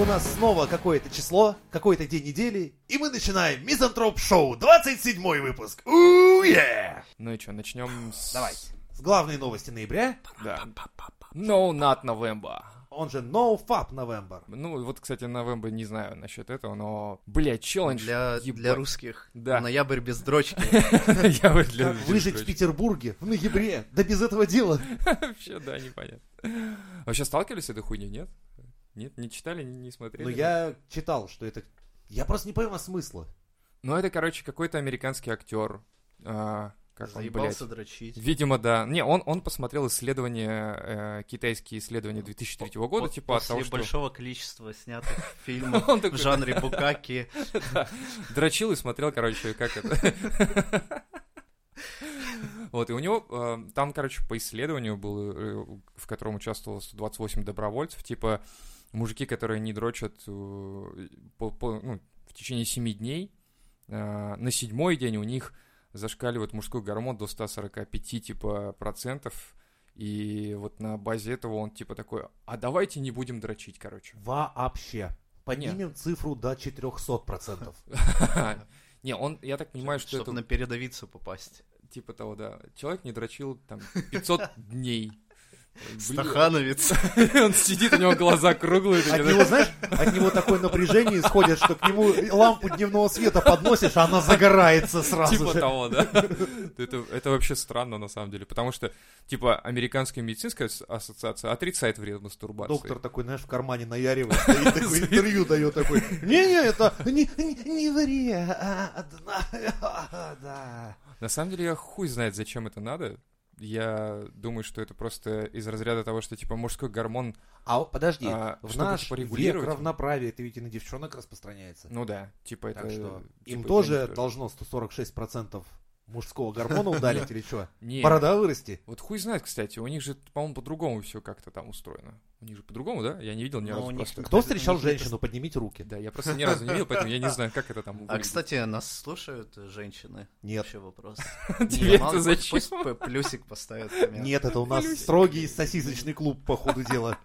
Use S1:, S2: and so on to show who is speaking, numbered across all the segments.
S1: У нас снова какое-то число, какой-то день недели, и мы начинаем Мизантроп Шоу, 27 выпуск. Уе!
S2: Ну и что, начнем с...
S1: Давай. С главной новости ноября,
S2: Да. Ну, No, not November.
S1: он же NoFap November.
S2: Ну, вот, кстати, November не знаю насчет этого, но... Блядь, челлендж.
S3: Для,
S2: ебать.
S3: для русских.
S2: Да.
S3: Ноябрь без дрочки.
S2: Я вот для
S1: Как
S2: русских,
S1: выжить в
S2: короче.
S1: Петербурге в ноябре? Да без этого дела.
S2: Вообще, да, непонятно. Вообще сталкивались с этой хуйней, нет? Нет, не читали, не, не смотрели?
S1: Но Ну, я читал, что это... Я просто не понимаю смысла.
S2: Ну, это, короче, какой-то американский актер. а, как он, блядь?
S3: Заебался дрочить.
S2: Видимо, да. Не, он, он посмотрел исследования, э, китайские исследования 2003 года,
S3: По-
S2: типа от
S3: после
S2: того, что...
S3: большого количества снятых фильмов
S2: Он
S3: в
S2: такой,
S3: жанре букаки.
S2: Дрочил и смотрел, короче, как это. Вот, и у него э, там, короче, по исследованию было, э, в котором участвовало 128 добровольцев, типа мужики, которые не дрочат э, по- по- ну, в течение 7 дней, э, на седьмой день у них зашкаливает мужской гормон до 145, типа, процентов, и вот на базе этого он, типа, такой, а давайте не будем дрочить, короче.
S1: Вообще. Поднимем цифру до 400%.
S2: Не, он, я так понимаю, что это...
S3: Чтобы на передовицу попасть.
S2: Типа того, да. Человек не дрочил там 500 дней.
S3: Стахановец.
S2: Блин, Он сидит, у него глаза круглые.
S1: От
S2: такие,
S1: него, знаешь, от него такое напряжение исходит, что к нему лампу дневного света подносишь, а она загорается сразу
S2: Типа
S1: же.
S2: того, да. Это, это вообще странно, на самом деле, потому что, типа, Американская медицинская ас- ассоциация отрицает вред мастурбации.
S1: Доктор такой, знаешь, в кармане наяривает, стоит такой, интервью дает такой. Не-не, это не, не, не вредно. А, Да.
S2: На самом деле, я хуй знает, зачем это надо. Я думаю, что это просто из разряда того, что, типа, мужской гормон...
S1: А вот подожди,
S2: А,
S1: в
S2: чтобы
S1: наш век
S2: порегулировать?
S1: равноправия это ведь и на девчонок распространяется.
S2: Ну да, типа, это...
S1: так что им
S2: типа,
S1: тоже
S2: уничтожить.
S1: должно 146% мужского гормона ударить или что?
S2: Не,
S1: Борода вырасти?
S2: Вот хуй знает, кстати, у них же, по-моему, по-другому все как-то там устроено. У них же по-другому, да? Я не видел ни
S1: Ну,
S3: Но
S2: разу
S3: у них
S2: просто.
S1: Кто
S3: Это
S1: встречал
S3: не- это-
S1: женщину? Поднимите руки.
S2: Да, я просто ни разу не видел, поэтому я не знаю, как это там
S3: А,
S2: выглядит.
S3: кстати, нас слушают э, женщины?
S1: Нет.
S3: Вообще вопрос. ну
S2: Тебе
S3: мало-
S2: это зачем?
S3: Пусть п- плюсик поставят. в коммент.
S1: Нет, это у нас
S2: Плюсик.
S1: строгий сосисочный клуб, по ходу дела.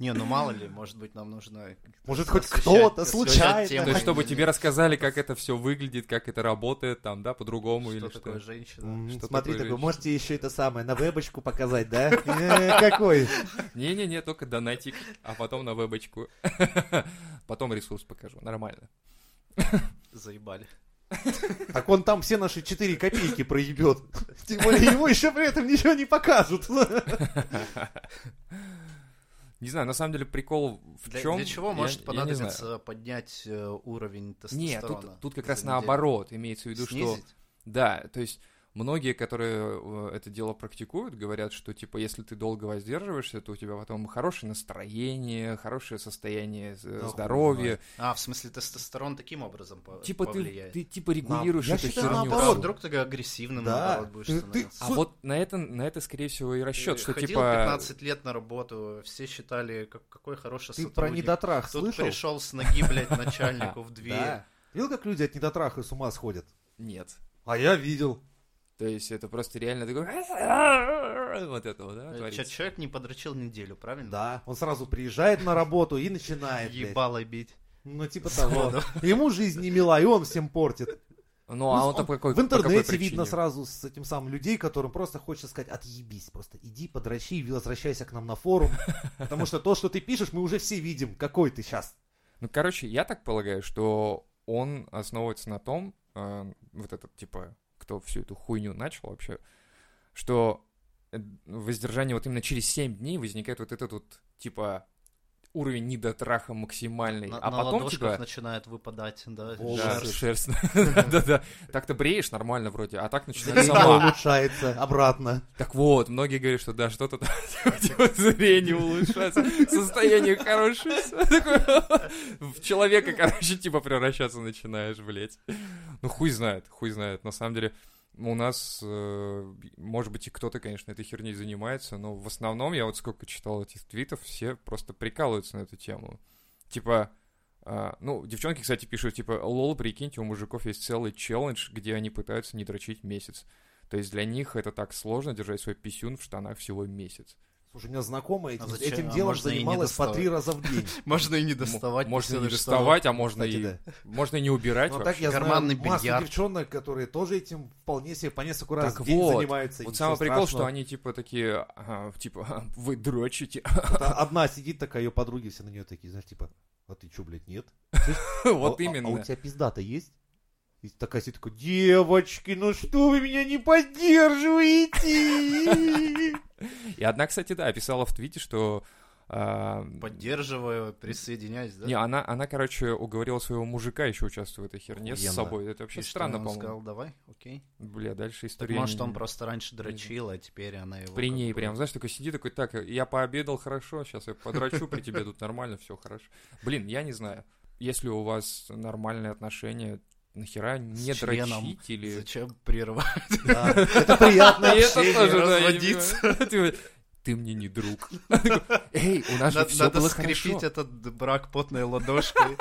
S3: Не, ну мало ли, может быть, нам нужно...
S1: Может, хоть
S3: освещать-
S1: кто-то
S3: освещать
S1: случайно.
S3: тему.
S2: То есть, чтобы
S3: Не-
S2: тебе рассказали, как это все выглядит, как это работает, там, да, по-другому или
S3: Что
S2: что.
S3: такое женщина?
S1: М,
S2: Что
S1: Смотри,
S2: такое
S1: такой,
S2: женщина?
S1: можете еще это самое, на вебочку показать, да? Э, Какой?
S2: Не-не-не, только донатик, а потом на вебочку. Потом ресурс покажу, нормально.
S3: Заебали.
S1: Так он там все наши 4 копейки проебет. Тем более ему еще при этом ничего не покажут.
S2: Не знаю, на самом деле прикол в
S3: Для,
S2: чем.
S3: для чего
S2: я- я
S3: может
S2: не знаю.
S3: понадобиться поднять э, уровень
S2: Нет,
S3: тестостерона?
S2: тут, тут как раз
S3: за неделю?
S2: наоборот, имеется в виду, что...
S3: Снизить?
S2: Да, то есть многие, которые э, это дело практикуют, говорят, что типа если ты долго воздерживаешься, то у тебя потом хорошее настроение, хорошее состояние э,
S1: хуй
S2: здоровья.
S3: А, в смысле тестостерон таким образом по-
S2: Типа ты,
S3: повлияет?
S2: ты типа регулируешь
S1: я
S2: эту
S1: считаю,
S2: херню.
S3: А
S1: наоборот,
S2: всю.
S3: вдруг ты агрессивным
S1: Да.
S3: наоборот будешь
S1: Ты- ты-
S3: становиться?
S2: А вот на это, на это, скорее всего, и расчет,
S3: Э,
S2: что
S3: Ходил
S2: типа...
S3: 15 лет на работу, все считали, как- какой хороший
S1: Ты
S3: сотрудник.
S1: про недотрах
S3: Тут
S1: слышал?
S3: пришел с ноги, блядь, начальнику в дверь.
S1: Да. Видел, как люди от недотраха с ума сходят?
S2: Нет.
S1: А я видел.
S2: То есть это просто реально такой... Вот этого, да,
S3: Э,
S2: творится.
S3: чё- Человек не подрочил неделю, правильно?
S1: Да. Он сразу приезжает на работу и начинает. блядь.
S3: Ебало бить.
S1: Ну, типа того. Ему жизнь не мила, и он всем портит.
S2: Ну, а
S1: Ну,
S2: он там по какой
S1: В интернете
S2: по какой
S1: видно
S2: причине?
S1: сразу с этим самым людей, которым просто хочется сказать, отъебись, просто иди, подращи, и возвращайся к нам на форум, потому что то, что ты пишешь, мы уже все видим, какой ты сейчас.
S2: Ну, короче, я так полагаю, что он основывается на том, э, вот этот, типа, кто всю эту хуйню начал вообще, что э, воздержание вот именно через 7 дней возникает вот этот вот, типа, уровень недотраха максимальный.
S3: На,
S2: а
S3: на
S2: потом,
S3: ладошках
S2: типа,
S3: начинает выпадать, да,
S2: да,
S1: волосы.
S2: шерсть. Да-да. Так-то бреешь нормально вроде, а так начинается
S1: Зрение
S2: сама.
S1: улучшается обратно.
S2: Так вот, многие говорят, что да, что-то там типа, зрение улучшается, состояние хорошее. всё такое. В человека, короче, типа превращаться начинаешь, блядь. Ну хуй знает, хуй знает. На самом деле, у нас, э, может быть, и кто-то, конечно, этой херней занимается, но в основном, я вот сколько читал этих твитов, все просто прикалываются на эту тему. Типа, а, ну, девчонки, кстати, пишут, типа, лол, прикиньте, у мужиков есть целый челлендж, где они пытаются не дрочить месяц. То есть для них это так сложно держать свой писюн в штанах всего месяц.
S1: Слушай, у меня знакомая этим,
S3: А зачем?
S1: этим
S3: А
S1: делом
S3: можно и не
S1: занималась по
S3: доставать.
S1: три раза в день.
S3: Можно и не
S2: М-
S3: доставать.
S2: Можно и не
S3: представляешь, что-
S2: доставать, а можно
S1: Кстати,
S2: и
S1: да.
S2: можно и не убирать
S1: Но так
S2: вообще.
S1: я знаю
S3: Карманный
S1: массу
S3: бильярд.
S1: девчонок, которые тоже этим вполне себе по несколько раз
S2: Так
S1: в день
S2: вот.
S1: занимаются. и
S2: Вот
S1: ничего
S2: самый прикол, что
S1: страшного.
S2: они типа такие, а, типа, «Ха, вы дрочите.
S1: Вот а Одна сидит такая, ее подруги все на нее такие, знаешь, типа, а ты чё, блядь, нет?
S2: Вот
S1: А- а- А у
S2: именно.
S1: тебя пизда-то есть? И такая сидит такой, девочки, ну что вы меня не поддерживаете?
S2: И одна, кстати, да, писала в твите, что... а,
S3: Поддерживаю, присоединяюсь, да?
S2: Не, она, она, короче, уговорила своего мужика еще участвовать в этой херне с
S1: Охуенно.
S2: собой. Это вообще
S3: И что,
S2: странно,
S3: он
S2: по-моему.
S3: сказал, давай, окей.
S2: Бля, дальше
S3: Так
S2: история.
S3: может,
S2: не-
S3: он просто раньше дрочил, а теперь она его...
S2: При
S3: как
S2: ней
S3: бы-
S2: прям, знаешь, такой сиди, такой, так, я пообедал хорошо, сейчас я подрачу при тебе, тут нормально, все хорошо. Блин, я не знаю. Если у вас нормальные отношения, нахера не
S3: членом.
S2: дрочить или...
S3: Зачем прерывать?
S1: Да, Это приятно.
S2: И
S3: общение,
S2: я не
S3: разводиться.
S2: понимаю. Типа, Ты мне не друг. Эй, у нас же
S3: Надо,
S2: все
S3: надо
S2: было
S3: скрепить
S2: хорошо.
S3: этот брак потной ладошкой.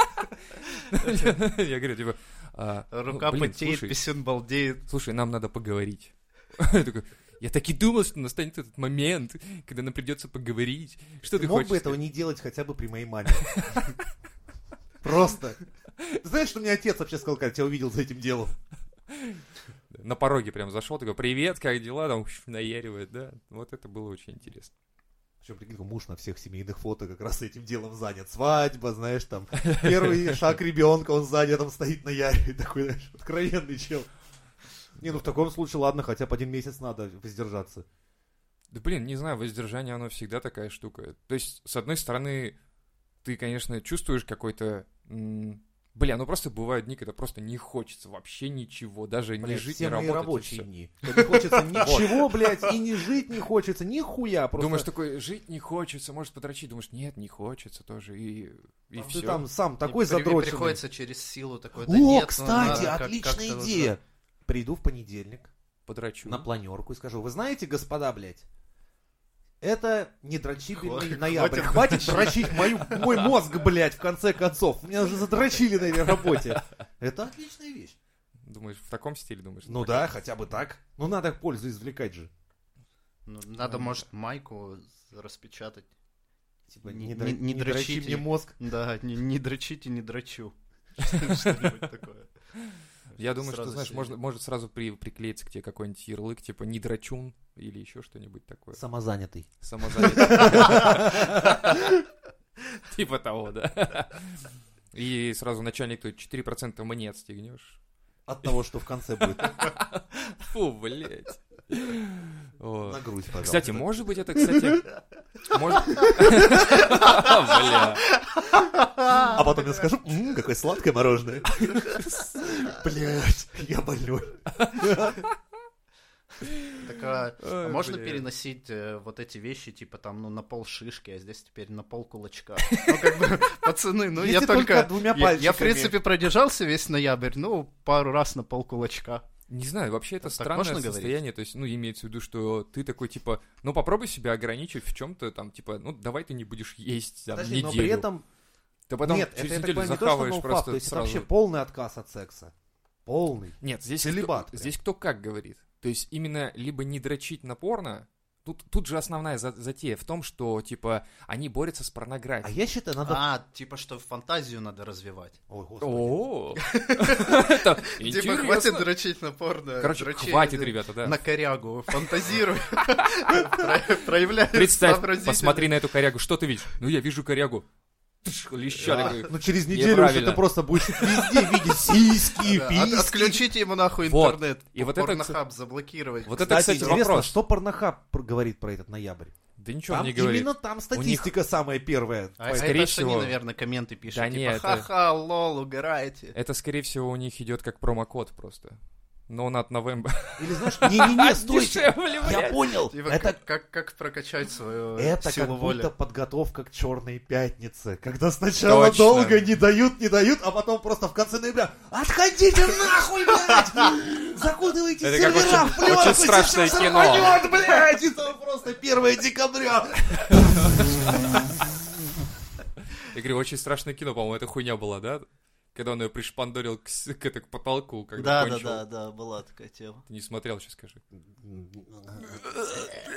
S2: Я говорю, типа... а, ну,
S3: Рука
S2: блин,
S3: потеет,
S2: слушай,
S3: писюн балдеет.
S2: слушай, нам надо поговорить. Я такой, я так и думал, что настанет этот момент, когда нам придется поговорить. Что ты,
S1: Ты мог
S2: хочешь
S1: бы этого
S2: сказать?
S1: не делать хотя бы при моей маме? Просто. Знаешь, что мне отец вообще сказал, когда тебя увидел за этим делом?
S2: На пороге прям зашел, такой, привет, как дела? Там наяривает, да. Вот это было очень интересно.
S1: Причем, прикинь, муж на всех семейных фото как раз этим делом занят. Свадьба, знаешь, там, первый шаг ребенка, он сзади а там стоит на яре, такой, знаешь, откровенный чел. Не, ну в таком случае, ладно, хотя бы один месяц надо воздержаться.
S2: Да блин, не знаю, воздержание, оно всегда такая штука. То есть, с одной стороны, ты, конечно, чувствуешь какой-то... м, Бля, ну просто бывают дни, когда просто не хочется вообще ничего, даже не
S1: Блядь,
S2: жить,
S1: все
S2: не
S1: мои
S2: работать. и
S1: рабочие
S2: всё.
S1: дни. Когда Не хочется ничего, блядь, и не жить не хочется, нихуя просто.
S2: Думаешь такой, жить не хочется, может подрочить, думаешь, нет, не хочется тоже, и, и
S1: Там ты
S2: все.
S1: там сам такой
S3: И при-
S1: задроченный.
S3: Приходится через силу такой... да
S1: О,
S3: нет, ну
S1: кстати,
S3: надо, как-
S1: отличная
S3: как-то вот
S1: идея. Приду в понедельник,
S2: Подрочу.
S1: на планерку и скажу, вы знаете, господа, блядь, это не дрочибельный
S3: Хватит
S1: ноябрь.
S3: дрочить».
S1: Хватит дрочить мою, мой мозг, блядь, в конце концов. Меня уже задрочили на этой работе. Это отличная вещь.
S2: Думаешь, в таком стиле думаешь?
S1: Ну да, хотя бы так. Ну надо пользу извлекать же.
S3: Ну, Надо,
S2: Ладно.
S3: может, майку распечатать.
S1: Типа,
S3: Не-
S1: не,
S3: не-
S1: дро-
S3: не
S1: не дрочи
S3: дрочите.
S1: мне мозг.
S3: Да, не, не дрочите, не дрочу. Что-нибудь такое.
S2: Я думаю,
S3: Сразу
S2: что, знаешь,
S3: себе.
S2: можно, может сразу при, приклеиться к тебе какой-нибудь ярлык, типа «не драчун» или еще что-нибудь такое.
S1: Самозанятый.
S2: Самозанятый. Типа того, да. И сразу начальник тут 4% мне отстегнешь.
S1: От того, что в конце будет.
S2: Фу, блядь.
S1: На
S2: Вот.
S1: грудь, пожалуйста.
S2: Кстати, может быть, это, кстати... может- Бля.
S1: А потом я скажу, «М, какое сладкое мороженое. Блять, я больной.
S3: Так, а
S2: Ой,
S3: можно
S2: бля.
S3: переносить э, вот эти вещи, типа там, ну, на пол шишки, а здесь теперь на пол кулачка? Ну, как бы, пацаны, ну, я
S1: Если только
S3: только...
S1: двумя
S3: Я, я, в
S1: пальчиками.
S3: принципе, продержался весь ноябрь, ну, пару раз на пол кулачка.
S2: Не знаю, вообще это
S3: Так
S2: странное
S3: можно говорить?
S2: состояние, то есть, ну, имеется в виду, что ты такой, типа, ну, попробуй себя ограничить в чем-то, там, типа, ну, давай ты не будешь есть, там,
S1: Подожди,
S2: неделю.
S1: но при этом
S2: Ты потом
S1: Нет, это,
S2: через
S1: я так
S2: неделю
S1: понимаю, не то, что
S2: захаваешь
S1: ноуфап,
S2: просто
S1: то есть это
S2: сразу.
S1: вообще полный отказ от секса. Полный.
S2: Нет, здесь
S1: Целебат
S2: Кто,
S1: прям.
S2: здесь кто как говорит. То есть именно либо не дрочить на порно, тут, тут же основная за- затея в том, что, типа, они борются с
S1: А
S2: порнографией.
S1: я считаю, надо...
S3: А, типа, что фантазию надо развивать.
S1: Ой, А господи.
S2: О, это
S3: Типа, хватит
S2: интересно.
S3: дрочить на порно.
S2: Короче,
S3: дрочи
S2: хватит,
S3: на-
S2: ребята, да.
S3: На корягу, фантазируй. Про- Проявляй
S2: Представь,
S3: сообразительность.
S2: посмотри на эту корягу, что ты видишь? Ну, я вижу корягу. Тш, Леща
S1: Да.
S2: такой.
S1: Ну через неделю уже
S2: Неправильно.
S1: ты просто будешь везде видеть сиськи,
S3: Да, от-
S1: письки.
S3: Отключите ему нахуй
S2: Вот.
S3: интернет.
S2: И вот это,
S3: Порнохаб заблокировать.
S2: Вот это, кстати,
S1: интересно,
S2: вопрос.
S1: что Порнохаб пр- говорит про этот ноябрь?
S2: Да ничего он
S1: там
S2: не говорит.
S1: именно там статистика самая первая.
S3: А это
S2: скорее
S3: что они,
S2: всего-
S3: наверное, комменты пишут.
S2: Да
S3: типа,
S2: нет, это-
S3: ха-ха, лол, угораете.
S2: Это, скорее всего, у них идет как промокод просто. No Not November.
S1: Или знаешь, не-не-не, стойте.
S2: Дешевле,
S1: Я
S2: блядь.
S1: понял.
S3: Типа,
S1: Это
S3: как, как, как прокачать свою
S2: Э,
S1: Это
S3: силу
S1: как
S3: воли.
S1: будто подготовка к черной пятнице, когда сначала
S2: Точно.
S1: долго не дают, не дают, а потом просто в конце ноября отходите нахуй, блядь! Закутывайте
S2: Это как
S1: сервера
S2: очень-
S1: в пленку,
S2: очень страшное
S1: сейчас
S2: кино.
S1: рванет, блядь! И там просто 1 декабря.
S2: Я говорю, очень страшное кино, по-моему, это хуйня была, да? Когда он ее пришпандорил к, с- к, это- к потолку, когда
S3: Да, да,
S2: кончил.
S3: да, да, была такая тема.
S2: Ты не смотрел, сейчас скажи.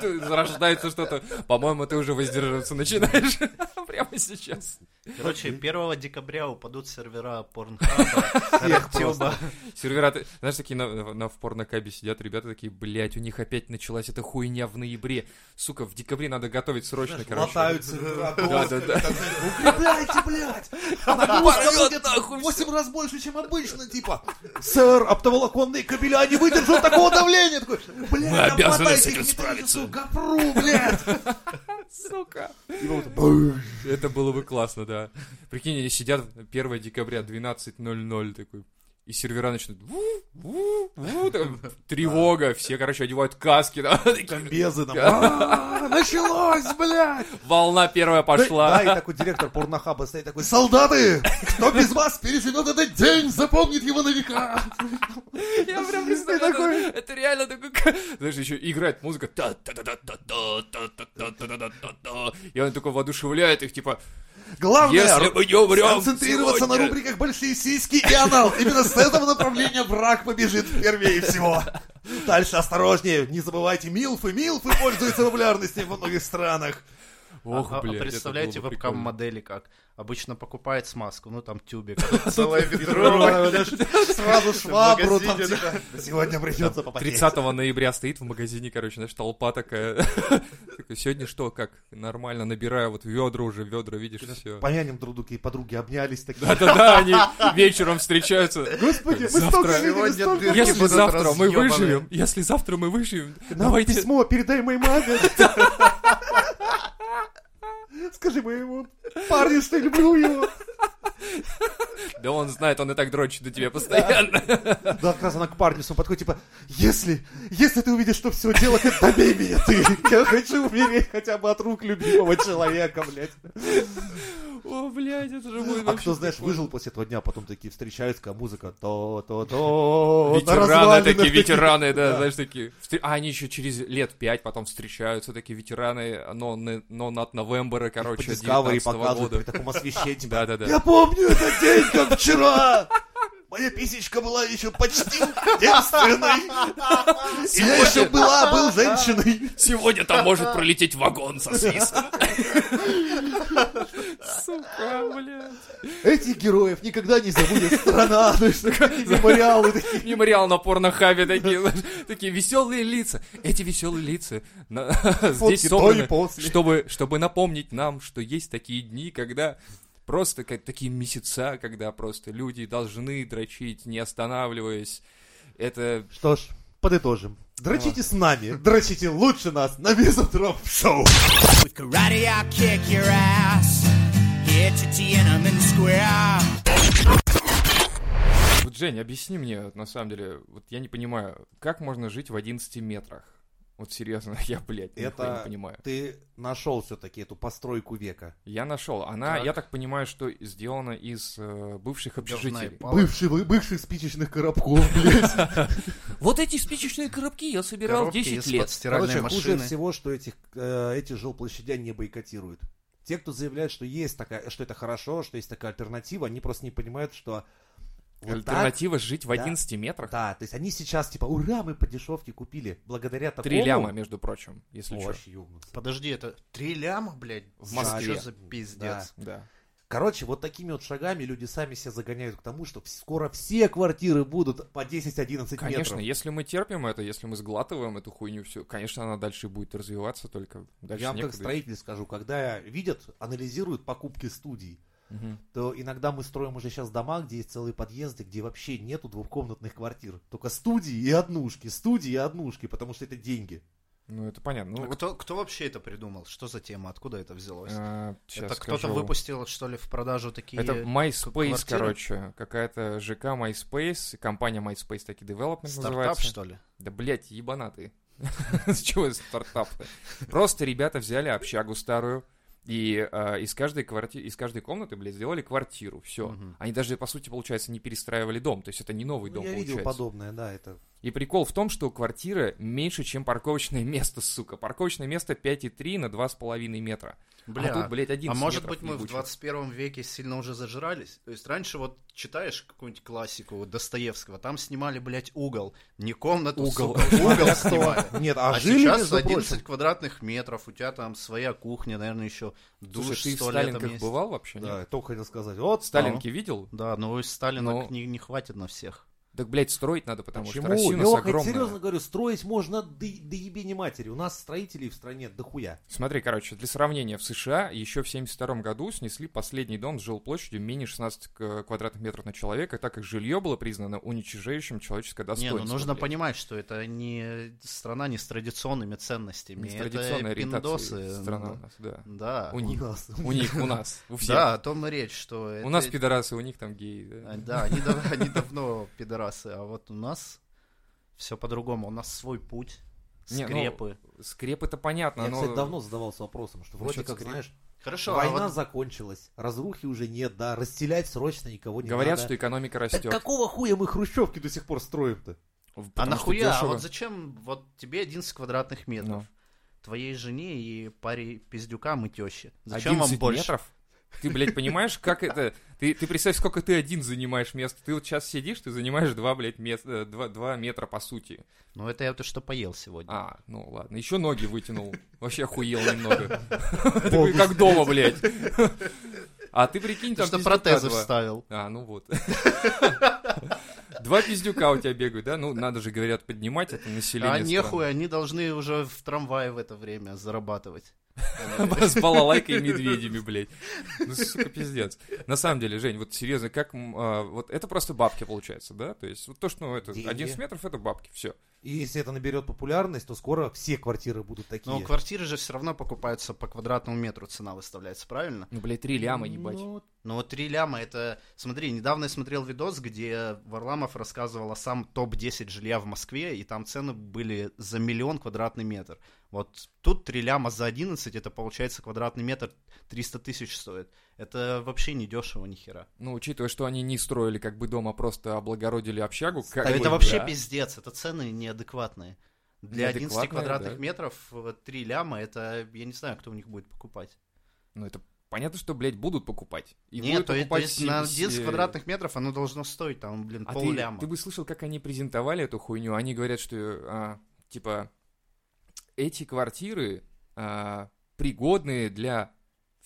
S2: Тут Зарождается что-то. По-моему, ты уже воздерживаться начинаешь прямо сейчас.
S3: Короче, 1 декабря упадут сервера Pornhub, а, типа,
S1: Всех
S3: Ректюба.
S2: Сервера, ты- знаешь, такие на, на, на- в порнокабе сидят ребята такие, блядь, у них опять началась эта хуйня в ноябре. Сука, в декабре надо готовить срочно, короче.
S1: Латают сервера
S2: Да, да,
S1: доски,
S2: да.
S1: так сказать, Укрепляйте, блядь!
S2: Пойдет нахуй всё.
S1: 8 раз больше, чем обычно, типа. Сэр, оптоволоконные кабеля не выдержат такого давления. Такой, блядь,
S2: Мы обязаны
S1: обмотайте
S2: с
S1: их
S2: этим справиться».
S1: металлическую Гопру, блядь.
S2: Сука.
S1: И вот, «Бэм».
S2: Это было бы классно, да. Прикинь, они сидят 1 декабря, 12.00 такой. И сервера начнут... «Ву, ву, ву», такой, тревога, все, короче, одевают каски, да, такие,
S1: комбезы там. «А, Началось, блядь!
S2: волна первая пошла.
S1: Да, и такой директор порнохаба стоит такой, солдаты, кто без вас переживет этот день, запомнит его на века.
S2: Я прям представляю, это- это реально такой... ка- Знаешь, еще играет музыка. «Та-та-та-та-та, та-та-та-та-та-та-та». И он такой воодушевляет их, типа,
S1: Главное,
S2: если мы не умрем
S1: концентрироваться на
S2: сегодня».
S1: рубриках «Большие сиськи» и «Анал». Именно с этого направления враг побежит впервые всего. Дальше осторожнее, не забывайте, милфы, милфы пользуются популярностью во многих странах.
S2: Ох,
S3: А- а
S2: блядь, это
S3: представляете
S2: было бы
S3: вебкам
S2: прикольно.
S3: модели как? Обычно покупает смазку, ну там тюбик, а тут целое ведро.
S1: Сразу швабру там,
S3: магазине,
S1: типа, сегодня придется попотеть.
S2: 30 ноября стоит в магазине, короче, знаешь, толпа такая. Такой, Сегодня что, как? Нормально, набираю вот ведра уже, ведра, видишь, все.
S1: Помянем друг друга и подруги обнялись такие.
S2: Да-да, они вечером встречаются.
S1: Господи, мы
S2: Завтра.
S1: столько видели,
S3: Сегодня
S1: столько...
S3: дырки
S2: Если
S3: будут
S2: завтра мы
S3: разъёбаны.
S2: выживем, если завтра мы выживем,
S1: Нам
S2: давайте...
S1: письмо, передай моей маме. Скажи моему парню, что я люблю его.
S2: Да он знает, он и так дрочит на тебя постоянно.
S1: Да, как раз она к парню своему подходит, типа, если, если ты увидишь, что все дело, это добей меня ты. Я хочу умереть хотя бы от рук любимого человека, блядь.
S2: О, блядь, это же будет
S1: А кто,
S2: вообще
S1: знаешь,
S2: прикольно.
S1: выжил после этого дня, потом такие встречаются, когда музыка то-то-то.
S2: Ветераны такие, ветераны, да, знаешь, такие. Встр- А они еще через лет пять потом встречаются, такие ветераны, но не- но от новембера,
S1: По
S2: короче,
S1: Discovery
S2: 19
S1: показывают при
S2: года.
S1: таком освещении.
S2: Да-да-да.
S1: Я помню этот день, как вчера. Моя писечка была еще почти девственной. И я еще была, был женщиной.
S2: Сегодня там может пролететь вагон со свистом. Сука, блядь.
S1: Этих героев никогда не забудет страна. То есть, такие мемориалы такие.
S2: Мемориал на порнохабе такие, знаешь, такие веселые лица. Эти веселые лица на- здесь
S1: до и
S2: собраны,
S1: после.
S2: чтобы, чтобы напомнить нам, что есть такие дни, когда просто как такие месяца, когда просто люди должны дрочить, не останавливаясь. Это
S1: Что ж, подытожим. Дрочите с нами, дрочите лучше нас на Мизотроп Шоу.
S4: With karate, I'll kick your ass. Here to Tiananmen Square.
S2: Вот, Жень, объясни мне, вот, на самом деле, вот я не понимаю, как можно жить в 11 метрах? Вот серьезно, я, блядь, нихуя не понимаю.
S1: ты нашел все-таки эту постройку века.
S2: Я нашел. Она,
S3: Так.
S2: я так понимаю, что сделана из э, бывших
S3: Дёрная
S2: общежитий.
S3: палка.
S1: Бывший, бывших спичечных коробков, блядь.
S2: Вот эти спичечные коробки я собирал
S3: Коробки
S2: 10
S3: из-под
S2: лет.
S1: Короче,
S3: стиральной
S1: хуже
S3: машины.
S1: всего, что этих, э, эти жилплощадя не бойкотируют. Те, кто заявляет, что есть такая, что это хорошо, что есть такая альтернатива, они просто не понимают, что вот так,
S2: Альтернатива жить в
S1: да.
S2: 11 метрах.
S1: да, то есть они сейчас типа, ура, мы по дешевке купили, благодаря такому.
S2: Три ляма, между прочим, если
S1: О,
S2: что.
S1: вообще ёбнуться.
S3: Подожди, это три ляма, блядь?
S2: В Москве.
S3: Что за пиздец?
S2: Да.
S1: Короче, вот такими вот шагами люди сами себя загоняют к тому, что вс- скоро все квартиры будут по 10-11
S2: Конечно,
S1: метров.
S2: если мы терпим это, если мы сглатываем эту хуйню всю, конечно, она дальше будет развиваться, только дальше
S1: Я вам как
S2: некуда.
S1: строитель скажу, когда видят, анализируют покупки студий,
S2: Мгм.
S1: то иногда мы строим уже сейчас дома, где есть целые подъезды, где вообще нету двухкомнатных квартир. Только студии и однушки, студии и однушки, потому что это деньги.
S2: Ну, это понятно. Ну,
S3: А кто, кто вообще это придумал? Что за тема? Откуда это взялось?
S2: Это
S3: это кто-то выпустил, что ли, в продажу такие...
S2: Э, Это MySpace,
S3: квартиры?
S2: короче. Какая-то ЖК MySpace, компания MySpace таки Development
S3: Стартап,
S2: называется.
S3: что ли?
S2: Да, блядь, ебанаты. С чего это стартап-то? Просто ребята взяли общагу старую, и э, из, каждой кварти... из каждой комнаты, блядь, сделали квартиру. Все.
S3: Мгм.
S2: Они даже, по сути, получается, не перестраивали дом. То есть это не новый
S1: Ну,
S2: дом,
S1: я видел
S2: получается.
S1: подобное, да, это...
S2: И прикол в том, что квартира меньше, чем парковочное место, сука. Парковочное место 5,3 на 2,5 метра.
S3: Бля,
S2: а тут, блядь, 11
S3: А может
S2: метров
S3: быть, мы в
S2: ебучих.
S3: 21 веке сильно уже зажрались? То есть раньше вот читаешь какую-нибудь классику вот Достоевского, там снимали, блядь, угол. Не комнату,
S2: Угол.
S3: сука, а угол снимали.
S1: Нет, а,
S3: А
S1: жили,
S3: сейчас
S1: между
S3: 11
S1: прочим.
S3: квадратных метров, у тебя там своя кухня, наверное, еще душ
S2: Слушай, ты
S3: с
S2: в
S3: туалетом
S2: Сталинках
S3: есть.
S2: бывал вообще?
S1: Да,
S2: Нет?
S1: я только хотел сказать. Вот
S2: Сталинки видел?
S3: Да, но из
S2: Но-
S3: Сталинок не, не хватит на всех.
S2: Так, блядь, строить надо, потому
S1: Почему?
S2: что Россия у нас
S1: Лёха, я
S2: огромная.
S1: серьезно говорю, строить можно до, до ебени матери. У нас строителей в стране дохуя.
S2: Смотри, короче, для сравнения, в США еще в 72 году снесли последний дом с жилплощадью менее 16 к- э, квадратных метров на человека, так как жилье было признано уничижающим человеческое
S3: Не,
S2: достоинство.
S3: ну нужно
S2: блядь.
S3: понимать, что это не страна не с традиционными ценностями.
S2: Не с
S3: это
S2: традиционной ориентацией
S3: пиндосы, ну,
S2: страна у нас, да.
S3: Да.
S2: У них,
S1: нас.
S2: у них, у нас, у всех.
S3: Да, о том и речь, что
S2: У
S3: это-
S2: нас пидорасы, у них там геи. да.
S3: А, Да, они, дав- они давно пидорасы, а вот у нас все по-другому. У нас свой путь,
S2: Не, ну,
S3: скрепы.
S2: Скреп это понятно,
S1: Я,
S2: но...
S1: кстати, давно задавался вопросом, что вроде
S2: Насчет
S1: как,
S2: скреп-
S1: знаешь,
S3: Хорошо,
S1: война
S3: а вот
S1: закончилась, разрухи уже нет, да, расселять срочно никого не
S2: Говорят,
S1: надо.
S2: что экономика
S1: Так
S2: растет.
S1: какого хуя мы хрущевки до сих пор строим-то?
S2: Потому
S3: а
S2: что
S3: нахуя? А
S2: дешево.
S3: вот зачем вот тебе 11 квадратных метров?
S2: Ну.
S3: Твоей жене и паре пиздюкам и теще. Зачем
S2: 11
S3: вам больше?
S2: метров? Ты, блядь, понимаешь, как это... Ты, ты представь, сколько ты один занимаешь мест. Ты вот сейчас сидишь, ты занимаешь два, блядь, места, два, два метра по сути.
S3: Ну это я то, что поел сегодня.
S2: А, ну ладно. Еще ноги вытянул. Вообще охуел немного. Такой, Как дома, блядь. А ты прикинь,
S3: Ты
S2: там
S3: что
S2: пиздюка
S3: протезы
S2: два.
S3: вставил.
S2: А, ну вот. Два пиздюка у тебя бегают, да? Ну, надо же, говорят, поднимать это население.
S3: А
S2: страны.
S3: нехуй, они должны уже в трамвае в это время зарабатывать.
S2: С балалайкой и медведями, блядь. Ну, сука, пиздец. На самом деле, Жень, вот серьезно, как... м, а, Вот это просто бабки, получается, да? То есть вот то, что ну, это
S1: Деньги.
S2: 11 метров, это бабки, все.
S1: И если это наберет популярность, то скоро все квартиры будут такие.
S2: Ну,
S3: Но квартиры же все равно покупаются по квадратному метру, цена выставляется, правильно?
S2: Ну, блядь, три ляма, ебать.
S1: Ну,
S3: Ну вот три ляма это... Смотри, недавно я смотрел видос, где Варламов рассказывал о сам топ-10 жилья в Москве, и там цены были за миллион квадратный метр. Вот тут три ляма за 11, это получается квадратный метр 300 тысяч стоит. Это вообще не дешево ни хера.
S2: Ну, учитывая, что они не строили как бы дом, а просто облагородили общагу. как
S3: это
S2: бы,
S3: вообще
S2: да.
S3: пиздец, это цены неадекватные. Для 11
S2: Неадекватные,
S3: квадратных
S2: да.
S3: метров э, три ляма, это я не знаю, кто у них будет покупать.
S2: Ну, это понятно, что, блядь, будут покупать. И
S3: Нет,
S2: будут
S3: то,
S2: покупать
S3: есть
S2: си-
S3: на
S2: си-
S3: 11 квадратных метров оно должно стоить там, блин,
S2: А
S3: пол
S2: ты,
S3: ляма. Ну,
S2: ты бы слышал, как они презентовали эту хуйню? Они говорят, что, а, типа, эти квартиры а, пригодны для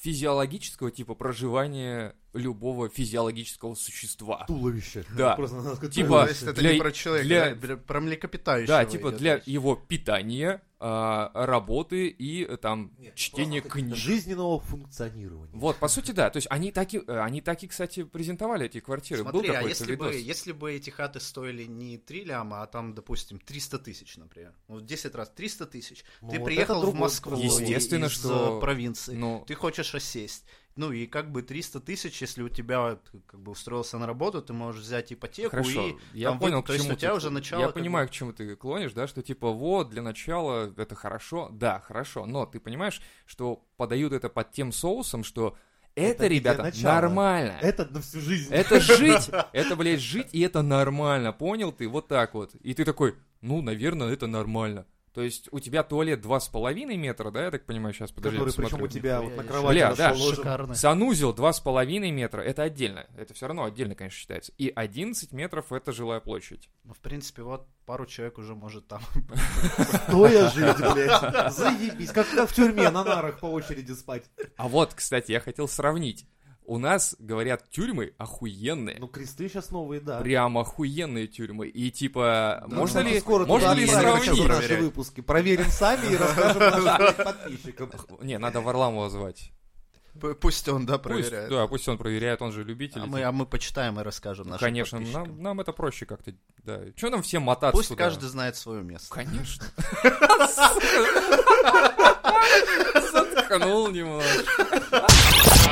S2: физиологического типа проживания любого физиологического существа.
S1: туловище.
S2: Да.
S1: Просто надо сказать,
S2: Типа,
S3: То
S1: туловище.
S3: есть это
S2: для-
S3: не про человека,
S2: для-
S3: а бля- про млекопитающего.
S2: Да, типа
S3: идет
S2: для
S3: речь.
S2: его питания, а, работы и э, там
S3: ну,
S1: Нет,
S2: чтения
S1: просто
S2: книг.
S1: Жизненного функционирования.
S2: Вот, по сути, да. То есть они так и, э, они так и, кстати, презентовали эти квартиры.
S3: Смотри,
S2: Был
S3: а
S2: какой-то
S3: если
S2: видос.
S3: бы, если бы эти хаты стоили не 3 ляма, а там, допустим, 300 тысяч, например. Вот 10 раз 300 тысяч.
S1: Ну,
S3: ты
S1: вот
S3: приехал
S1: это
S3: в
S1: другой
S3: Москву
S1: вопрос.
S2: Естественно,
S3: из
S2: что-
S3: э, провинции.
S2: Ну,
S3: Ты хочешь осесть. Ну и как бы 300 тысяч, если у тебя ты как бы устроился на работу, ты можешь взять ипотеку
S2: Хорошо,
S3: и
S2: я
S3: там
S2: понял,
S3: вы-
S2: к
S3: то есть
S2: чему
S3: у тебя
S2: ты-
S3: уже начало
S2: Я
S3: как бы-
S2: понимаю, к чему ты клонишь, да, что типа вот, для начала это хорошо, да, хорошо, но ты понимаешь, что подают это под тем соусом, что это,
S1: Это не для
S2: ребята,
S1: начала.
S2: нормально. Это...
S1: Это на всю жизнь.
S2: жить, это, блядь, жить, и это нормально, понял ты? Вот так вот. И ты такой, ну, наверное, это нормально. То есть у тебя туалет 2,5 метра, да, я так понимаю, сейчас, подожди,
S1: Который
S2: я посмотрю.
S1: причем у тебя вот
S3: Нихуя
S1: на
S3: себе.
S1: кровати
S2: Бля, да,
S1: расположен.
S3: Шикарно.
S2: Санузел 2,5 метра, это отдельно, это все равно отдельно, конечно, считается. И 11 метров это жилая площадь.
S3: Ну, в принципе, вот пару человек уже может там.
S1: Стоя жить, блядь. Заебись. Как, как в тюрьме на нарах по очереди спать.
S2: А вот, кстати, я хотел сравнить. У нас, говорят, тюрьмы охуенные.
S1: Ну, кресты сейчас новые, да.
S2: Прям охуенные тюрьмы. И типа, можно
S1: Кстати,
S2: ли,
S1: скоро
S2: можно
S1: туда
S2: ли
S1: отправим
S2: сравнить?
S1: сейчас наши выпуски? Проверим сами и расскажем нашим блядь, подписчикам.
S2: Не, надо Варламова звать.
S3: Пу- Пусть он, да,
S2: Пусть,
S3: проверяет.
S2: да, пусть он проверяет, он же любитель.
S3: А
S2: этих-
S3: мы, а мы почитаем и расскажем
S2: Ну,
S3: нашим
S2: Конечно,
S3: подписчикам.
S2: нам, нам это проще как-то, да. Че нам всем мотаться
S3: Пусть
S2: туда?
S3: каждый знает свое место.
S2: Конечно. Заткнул немножко.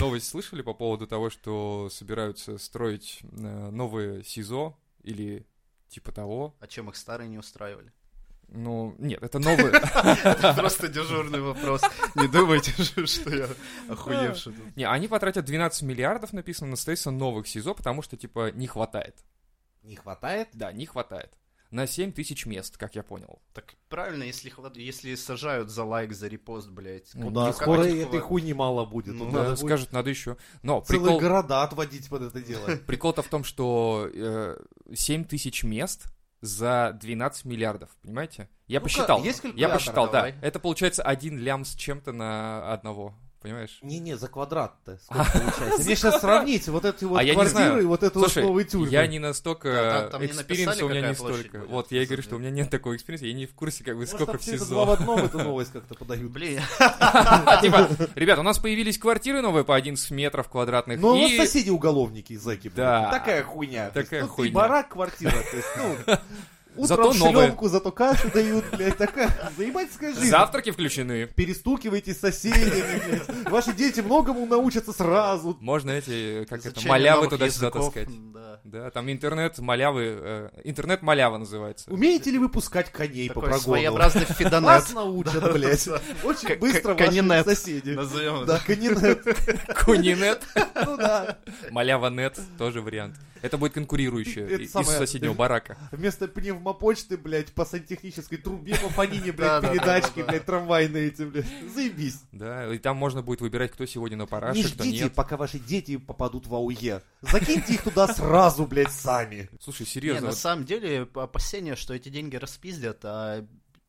S2: Новость слышали по поводу того, что собираются строить э, новые СИЗО или типа того?
S3: А чем их старые не устраивали?
S2: Ну, нет, это новые.
S3: Это просто дежурный вопрос. Не думайте, что я охуевший тут.
S2: Не, они потратят 12 миллиардов, написано, на строительство новых СИЗО, потому что, типа, не хватает.
S1: Не хватает?
S2: Да, не хватает. На 7 тысяч мест, как я понял.
S3: Так правильно, если, хват- если сажают за лайк, за репост, блядь.
S2: Ну
S3: как-
S2: да,
S3: как
S1: скоро
S3: такого-
S1: этой хуйни мало будет.
S3: Ну
S1: Тут
S2: Да,
S1: надо будет
S2: скажут, надо еще. Но
S1: целые
S2: прикол,
S1: города отводить под это дело.
S2: прикол-то в том, что э, 7 тысяч мест за 12 миллиардов, понимаете? Я
S1: Ну-ка,
S2: посчитал.
S1: есть
S2: Я
S1: калькулятор?
S2: посчитал,
S3: давай.
S2: да. Это получается один лям с чем-то на одного,
S3: Ну,
S2: понимаешь?
S1: Не-не, за квадрат-то сколько получается. Мне сейчас сравнить вот эти вот
S2: А я не
S1: квартиры
S2: знаю.
S1: и вот эту вот
S2: Слушай,
S1: новую тюрьму.
S2: я не настолько
S3: Да, там- там не
S2: экспириенса
S3: написали,
S2: у меня
S3: какая
S2: не
S3: площадь
S2: столько.
S3: будет?
S2: Вот, я и говорю, что у меня нет такого экспириенса, я не в курсе, как бы,
S1: Может,
S2: сколько
S1: там
S2: в
S1: все это
S2: СИЗО.
S1: два в одном эту новость как-то подают.
S3: Блин,
S2: Типа, ребят, у нас появились квартиры новые по 11 метров квадратных.
S3: Ну,
S1: Но у вас
S2: ну и-
S1: соседи уголовники и зэки. блин.
S2: Да.
S1: Такая хуйня. То есть,
S2: Такая
S1: ну, ты
S2: хуйня.
S1: барак, квартира. То есть, ну,
S2: Зато
S1: утром
S2: новые.
S1: шленку, зато кашу дают, блядь, такая. Заебательская жизнь.
S2: Завтраки включены.
S1: Перестукивайте с соседями, блядь. Ваши дети многому научатся сразу.
S2: Можно эти, как это,
S3: изучение
S2: малявы
S3: новых
S2: туда-сюда
S3: языков,
S2: таскать.
S3: да.
S2: Да, там интернет, малявы, э, интернет малява называется.
S1: Умеете ли вы пускать коней по
S3: Такой
S1: прогону?
S3: своеобразный
S1: Вас
S3: фидонет.
S1: научат, блядь.
S3: К-
S1: Очень
S3: к-
S1: быстро ваши
S3: конинет.
S1: соседи.
S3: Назовем
S1: Да,
S3: это.
S1: конинет.
S2: Кунинет,
S1: Ну да.
S2: маляванет, тоже вариант. Это будет конкурирующее
S1: Это
S2: и- из
S1: самое-
S2: соседнего барака.
S1: Вместо пневмопочты, блядь, по сантехнической трубе, по фанине, блядь,
S3: Да-да-да-да-да.
S1: передачки, блядь, трамвайные эти, блядь. Заебись.
S2: Да, и там можно будет выбирать, кто сегодня на параше,
S1: Не
S2: кто
S1: ждите,
S2: нет.
S1: пока ваши дети попадут в АУЕ. Закиньте их туда сразу, блядь, сами.
S2: Слушай,
S3: Не,
S2: серьезно,
S3: на
S2: вот
S3: самом деле опасения, что эти деньги распиздят, а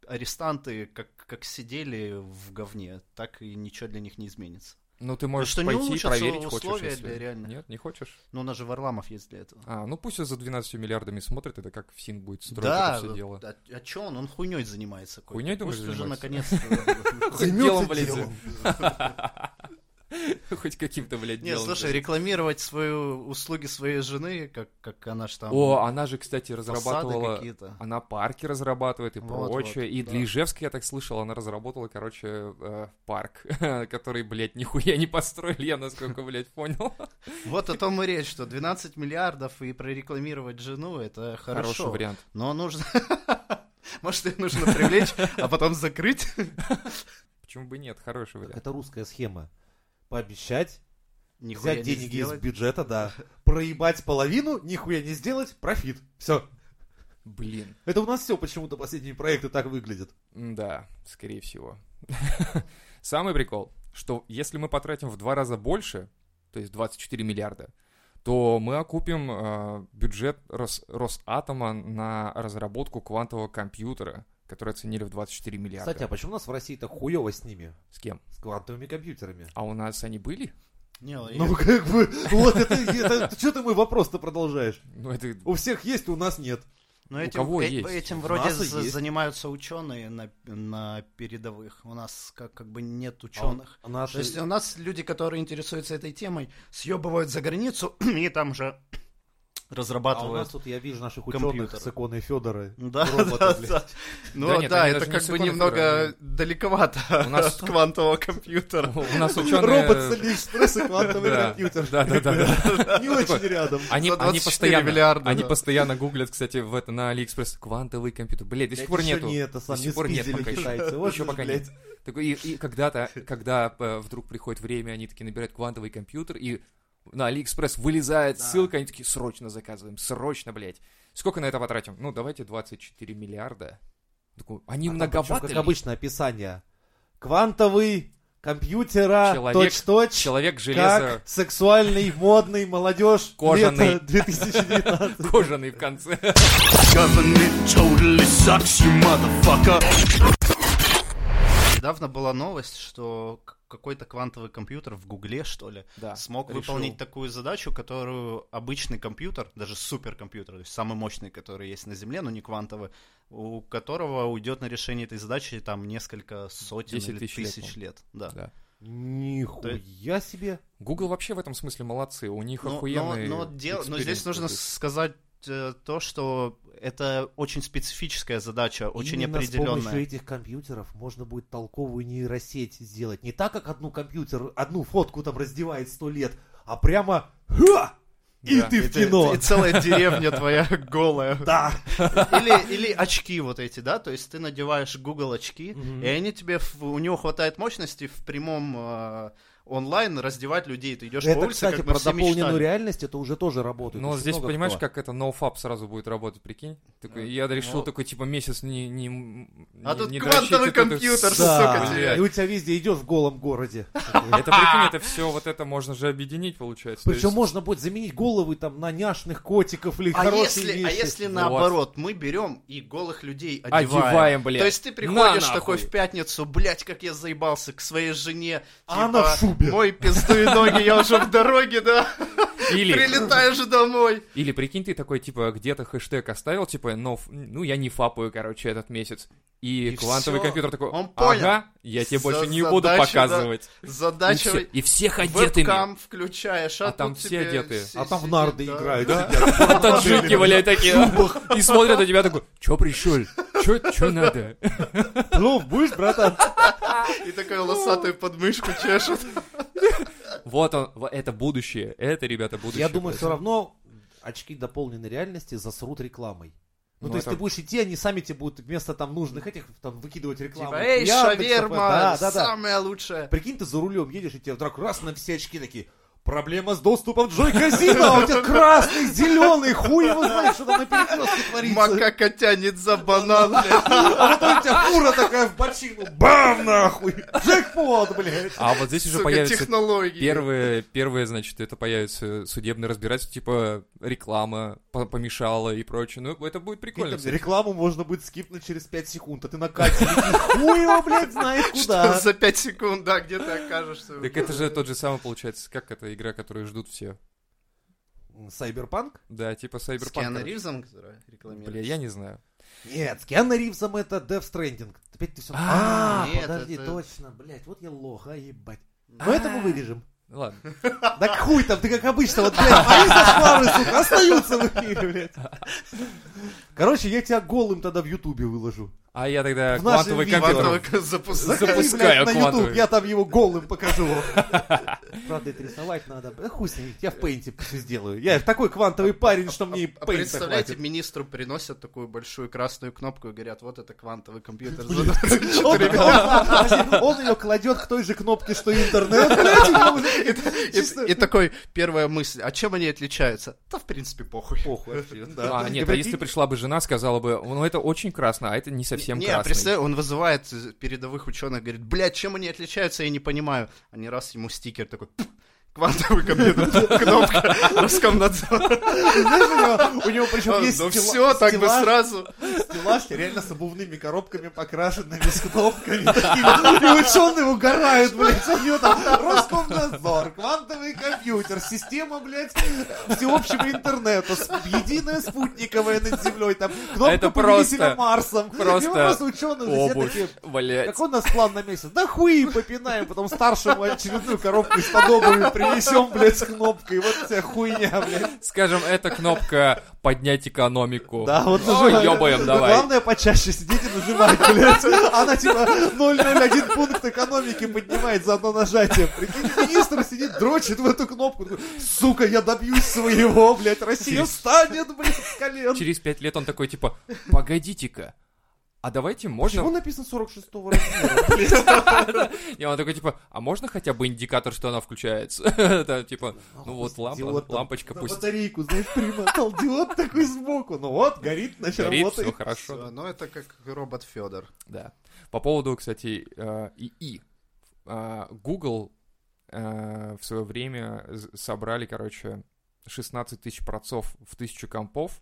S3: арестанты как, как сидели в говне, так и ничего для них не изменится.
S2: ну ты можешь
S3: что не
S2: пойти и
S3: улучшатся
S2: проверить, хочешь,
S3: условия
S2: если...
S3: для реальных.
S2: Нет, не хочешь?
S3: Но Ну, у нас же Варламов есть для этого.
S2: А, ну пусть за 12 миллиардами смотрит, это как ФСИН будет строить
S3: да,
S2: это все дело.
S3: а, а чё он? Он хуйней занимается. какой-то.
S2: Хуйнёй, думаешь,
S3: Пусть уже
S2: занимается?
S3: наконец
S1: Займётся
S2: Делом влезет.
S1: делом.
S2: Хоть каким-то, блядь,
S3: Не,
S2: делом.
S3: слушай, рекламировать свою услуги своей жены, как, как она ж там
S2: О, а она же, кстати,
S3: фасады
S2: разрабатывала...
S3: какие-то.
S2: Она парки разрабатывает и
S3: Вот,
S2: прочее.
S3: вот,
S2: и
S3: да.
S2: для Ижевска, я так слышал, она разработала, короче, э, парк, который, блядь, нихуя не построили, я насколько, блядь, понял.
S3: Вот о том и речь, что 12 миллиардов и прорекламировать жену это
S2: Хороший
S3: хорошо.
S2: вариант.
S3: Но нужно. Может, их нужно привлечь, а потом закрыть.
S2: Почему бы нет? Хороший вариант.
S1: Это русская схема. Пообещать,
S3: Нихуя
S1: взять
S3: не
S1: деньги из
S3: сделать.
S1: бюджета, да, проебать половину, нихуя не сделать, профит. Все.
S2: Блин.
S1: Это у нас все почему-то последние проекты так выглядят.
S2: Да, скорее всего. Самый прикол, что если мы потратим в два раза больше, то есть 24 миллиарда, то мы окупим э, бюджет Рос- Росатома на разработку квантового компьютера, который оценили в 24 миллиарда.
S1: Кстати, а почему у нас в России так хуево с ними?
S3: а
S2: С кем?
S1: С квантовыми компьютерами.
S2: А у нас они были?
S3: Не,
S1: Ну, как бы, вот это, что ты мой вопрос-то продолжаешь?
S2: Ну, это...
S1: У всех есть, у нас нет.
S3: Но
S2: у
S3: этим,
S2: кого
S3: э-
S2: есть?
S3: этим
S1: У
S3: вроде
S1: нас и
S3: за-
S1: есть.
S3: занимаются ученые на, на передовых. У нас как, как бы нет
S1: А у-
S3: ученых.
S1: у нас
S3: То есть
S1: же-
S3: у нас люди, которые интересуются этой темой, съебывают за границу и там же
S1: А у
S3: разрабатывают.
S1: нас тут, я вижу, наших
S3: компьютер.
S1: ученых с иконой Федора.
S3: Да,
S1: роботы,
S3: да,
S1: блядь.
S3: да. Ну
S2: Да
S3: да,
S2: нет, они
S3: это
S2: даже не
S3: как
S2: с
S3: бы
S2: иконой
S3: немного
S2: Федора,
S3: далековато
S2: У нас-
S3: от квантового компьютера.
S2: У нас ученые...
S1: Робот с Алиэкспресс и квантовый
S2: Да,
S1: компьютер.
S2: да, да, да,
S1: Не очень рядом.
S2: Они,
S3: За
S2: они
S3: 24
S2: постоянно,
S3: миллиарда,
S2: они
S3: да.
S2: постоянно гуглят, кстати, в это на Алиэкспресс квантовый компьютер. Блядь, до сих пор
S1: Еще
S2: нету.
S1: не это, сам
S2: до
S1: не
S2: сих пор нет
S1: а спиздили
S2: пока еще.
S1: китайцы. Вот
S2: Еще
S1: же,
S2: пока
S1: блядь.
S2: нет. А Такой, и, и когда-то, когда э, вдруг приходит время, они такие набирают квантовый компьютер, и на Алиэкспресс вылезает
S1: Да.
S2: ссылка, они такие, срочно заказываем, срочно, блядь. Сколько на это потратим? Ну, давайте 24 миллиарда. Такой, они
S1: А там причем,
S2: многовато
S1: Как
S2: ли?
S1: обычно, описание. Квантовый компьютера
S2: Человек-
S1: точь-точь.
S2: Человек железо
S1: Как сексуальный, модный, молодежь.
S2: Кожаный.
S1: Лето 2019.
S2: кожаный в конце.
S4: Government totally sucks, you motherfucker.
S3: недавно была новость, что к- какой-то квантовый компьютер в Гугле, что ли,
S5: Да,
S3: смог
S5: решил.
S3: выполнить такую задачу, которую обычный компьютер, даже суперкомпьютер, то есть самый мощный, который есть на Земле, но не квантовый, у которого уйдет на решение этой задачи там несколько сотен
S2: 10
S3: или
S2: тысяч
S3: тысяч,
S2: лет,
S3: лет. Да.
S2: Да.
S1: Нихуя себе.
S2: Google вообще в этом смысле молодцы, у них
S3: Но, но-
S2: охуенный
S3: но ну, дел- но
S2: экспириенс
S3: здесь нужно
S2: какой-то.
S3: сказать э, то, что это очень специфическая задача, очень
S1: Именно с
S3: определенная.
S1: помощью этих компьютеров можно будет толковую нейросеть сделать. Не так, как одну компьютер, одну фотку там раздевает сто лет, а прямо «Ха! И
S2: Да.
S1: ты
S3: И
S1: в
S3: ты-
S1: кино!
S3: И целая деревня твоя голая.
S1: Да!
S3: Или, или очки вот эти, да, то есть ты надеваешь Google очки, и они тебе, в- у него хватает мощности в прямом э, онлайн раздевать людей. Ты идешь по
S1: Это,
S3: улице,
S1: кстати,
S3: как мы
S1: про
S3: все
S1: дополненную
S3: мечтали.
S1: реальность это уже тоже работает.
S2: Но
S1: Очень
S2: здесь
S1: много
S2: понимаешь,
S1: кто.
S2: как это ноуфап сразу будет работать, прикинь? Такой, я решил
S3: ну.
S2: такой, типа, месяц не... не м-
S3: А
S2: не-
S3: тут
S2: не
S3: квантовый
S2: дрочить, и тут их,
S3: компьютер,
S2: сука,
S1: Да,
S3: тебе.
S2: блядь.
S1: и у тебя везде идешь в голом городе.
S2: Это, прикинь, это все вот это можно же объединить, получается. То
S1: Причем
S2: есть-
S1: можно будет заменить головы там на няшных котиков или
S3: А
S1: хорошие
S3: если, а
S1: вещи.
S3: если
S2: Вот.
S3: наоборот, мы берем и голых людей одеваем.
S2: Одеваем, блядь.
S3: То есть ты
S2: На
S3: приходишь
S2: нахуй.
S3: такой в пятницу, блядь, как я заебался к своей жене. типа,
S1: А она в шубе.
S3: Мой пиздуй ноги, я уже в дороге, да.
S2: Или,
S3: Прилетаешь домой.
S2: или прикинь, ты такой, типа, где-то хэштег оставил, типа, но, ф- ну, я не фапаю, короче, этот месяц. И,
S3: И
S2: квантовый
S3: всё,
S2: компьютер такой,
S3: он понял.
S2: ага, я тебе
S3: За-
S2: больше не
S3: задачу,
S2: буду
S3: да.
S2: показывать. И,
S3: Задача...
S2: все- и всех одетыми.
S3: Вебкам включаешь, а,
S2: А там
S3: тут
S2: все
S3: тебе
S2: одетые.
S1: А там в
S3: сидит,
S1: нарды
S3: да.
S1: играют.
S2: Да.
S1: сидят.
S2: Таджики, блядь, такие. И смотрят на тебя такой, чё пришел? Чё, чё надо?
S1: Плов Ну, будешь, братан?
S3: И такая лосатая подмышку чешет.
S1: Типа,
S2: Вот он, во- это будущее. Это, ребята, будущее.
S1: Я думаю, все равно очки дополненной реальности засрут рекламой. Ну,
S2: Ну,
S1: то есть
S2: это-
S1: ты будешь идти, они сами тебе будут вместо там нужных этих там выкидывать рекламу.
S3: Типа, эй,
S1: Яндекс,
S3: шаверма,
S1: Да, да, да.
S3: самая лучшая.
S1: Прикинь, ты за рулем едешь, и тебе вдруг раз на все очки такие. Проблема с доступом Джой Казино, а у тебя красный, зеленый, хуй его знает, что там на перекрестке творится.
S3: Макака тянет за банан, блядь.
S1: А потом у тебя фура такая в бочину, бам, нахуй, джекпот, блядь.
S2: А вот здесь уже
S3: Сука,
S2: появится
S3: технологии.
S2: Первые, первые, значит, это появится судебное разбирательство, типа реклама по- помешала и прочее. Ну, это будет прикольно.
S1: Прикинь, там
S2: кстати.
S1: Рекламу можно будет скипнуть через 5 секунд, а ты на кате летишь, хуй его, блядь, знает
S3: Что
S1: куда.
S3: за 5 секунд, да, где ты окажешься.
S2: Так это же тот же самый получается, как эта игра, которую ждут все.
S1: Сайберпанк?
S2: Да, типа
S3: С
S2: Cyberpunk.
S3: Киану
S2: короче.
S3: Ривзом, который рекламирует.
S2: Бля, я не знаю.
S1: Нет, с Киану Ривзом это Death Stranding. Опять ты все...
S2: А,
S1: А,
S3: нет,
S1: подожди,
S3: это-
S1: точно, блядь, вот я лох, а ебать. Но это мы вырежем.
S2: Ну, Ладно.
S1: Да хуй там, ты как обычно, вот, блядь, мои зашквары, сука, остаются в эфире, блядь. Короче, я тебя голым тогда в Ютубе выложу.
S2: А я тогда
S1: В нашем
S2: квантовый
S1: виде.
S2: компьютер.
S3: Квантовый запуск.
S1: Заходи, блядь,
S2: Запускаю
S1: на
S2: квантовый.
S1: Ютуб, я там его голым покажу. Правда, это рисовать надо. Да хуй с ним, я в пейнте всё сделаю. Я такой квантовый парень, что мне и
S3: А
S1: пейнта
S3: представляете,
S1: хватит.
S3: министру приносят такую большую красную кнопку и говорят, вот это квантовый компьютер.
S1: Он, ее кладет к той же кнопке, что и интернет, блядь, и я уже- чисто-
S3: И такой, первая мысль, а чем они отличаются? Да, в принципе, похуй.
S1: Похуй вообще, да.
S2: А,
S1: И
S2: нет, а
S1: прикинь,
S2: если пришла бы жена, сказала бы, ну это очень красно, а это не совсем
S3: не,
S2: красно.
S3: представь, он вызывает э, передовых ученых, говорит, блядь, чем они отличаются, я не понимаю. А не раз ему стикер такой, «Пф, квантовый компьютер, кнопка, Роскомнадзор.
S1: знаешь, у него, у него
S2: А,
S1: причем есть
S3: Ну
S1: стела-
S3: все, так бы
S1: стеллаж-
S3: сразу.
S1: Стеллаж реально с обувными коробками покрашенными, с кнопками. такими. И ученые угорают, блядь. У него там Роскомнадзор, квантовый компьютер, система, блядь, всеобщего интернета, сп- единая спутниковая над землей, там кнопка
S2: А Это
S1: повелителя
S2: просто-
S1: Марсом. И
S2: просто
S1: мы просто ученые все
S2: Обувь,
S1: такие...
S2: блядь.
S1: Как у нас план на месяц? Да хуи попинаем, потом старшему очередную коробку из подобными принесем, блядь, с кнопкой. Вот вся хуйня, блядь.
S2: Скажем, это кнопка поднять экономику.
S1: Да, вот
S2: О,
S1: нажимай.
S2: ёбаем,
S1: Да
S2: давай.
S1: Главное почаще сидеть и нажимать, блядь. Она типа 001 пункт экономики поднимает за одно нажатие. Прикинь, министр сидит, дрочит в эту кнопку. такой, Сука, я добьюсь своего, блядь. Россия встанет, блядь, с колен.
S2: Через пять лет он такой, типа, погодите-ка, а давайте можно
S1: Почему написано 46-го размера?
S2: И он такой, типа, а можно хотя бы индикатор, что она включается? Там, типа, ну вот лампа,
S1: Диод там Ну,
S2: моточка
S1: на
S2: пусть
S1: батарейку, знаешь, примотал диод такой сбоку. Ну вот, горит, значит,
S2: горит, все
S1: работает.
S2: хорошо.
S3: Ну это как робот Федор.
S2: Да. По поводу, кстати, э, ИИ. Э, Google э, в свое время з- собрали, короче, 16 тысяч процов в тысячу компов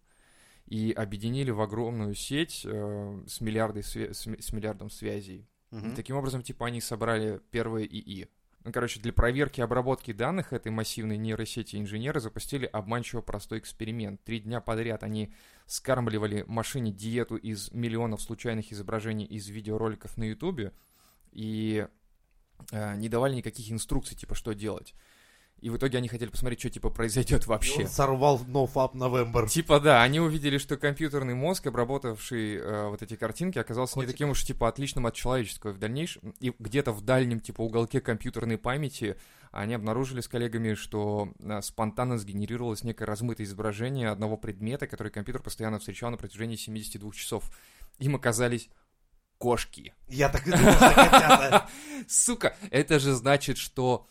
S2: и объединили в огромную сеть э, с, миллиардой свя- с ми- с миллиардом связей.
S3: Мгм.
S2: Таким образом, типа, они собрали первое ИИ. Ну, короче, для проверки и обработки данных этой массивной нейросети инженеры запустили обманчиво простой эксперимент. Три дня подряд они скармливали машине диету из миллионов случайных изображений из видеороликов на Ютубе и э, не давали никаких инструкций, типа, что делать. И в итоге они хотели посмотреть, что, типа, произойдет вообще.
S1: Он сорвал NoFap November.
S2: Типа, да, они увидели, что компьютерный мозг, обработавший э, вот эти картинки, оказался не
S1: Котик.
S2: таким уж, типа, отличным от человеческого. И В дальнейшем, и где-то в дальнем, типа, уголке компьютерной памяти они обнаружили с коллегами, что э, спонтанно сгенерировалось некое размытое изображение одного предмета, который компьютер постоянно встречал на протяжении 72 часов. Им оказались кошки.
S1: Я так и думал, что котята.
S2: Сука, это же значит, что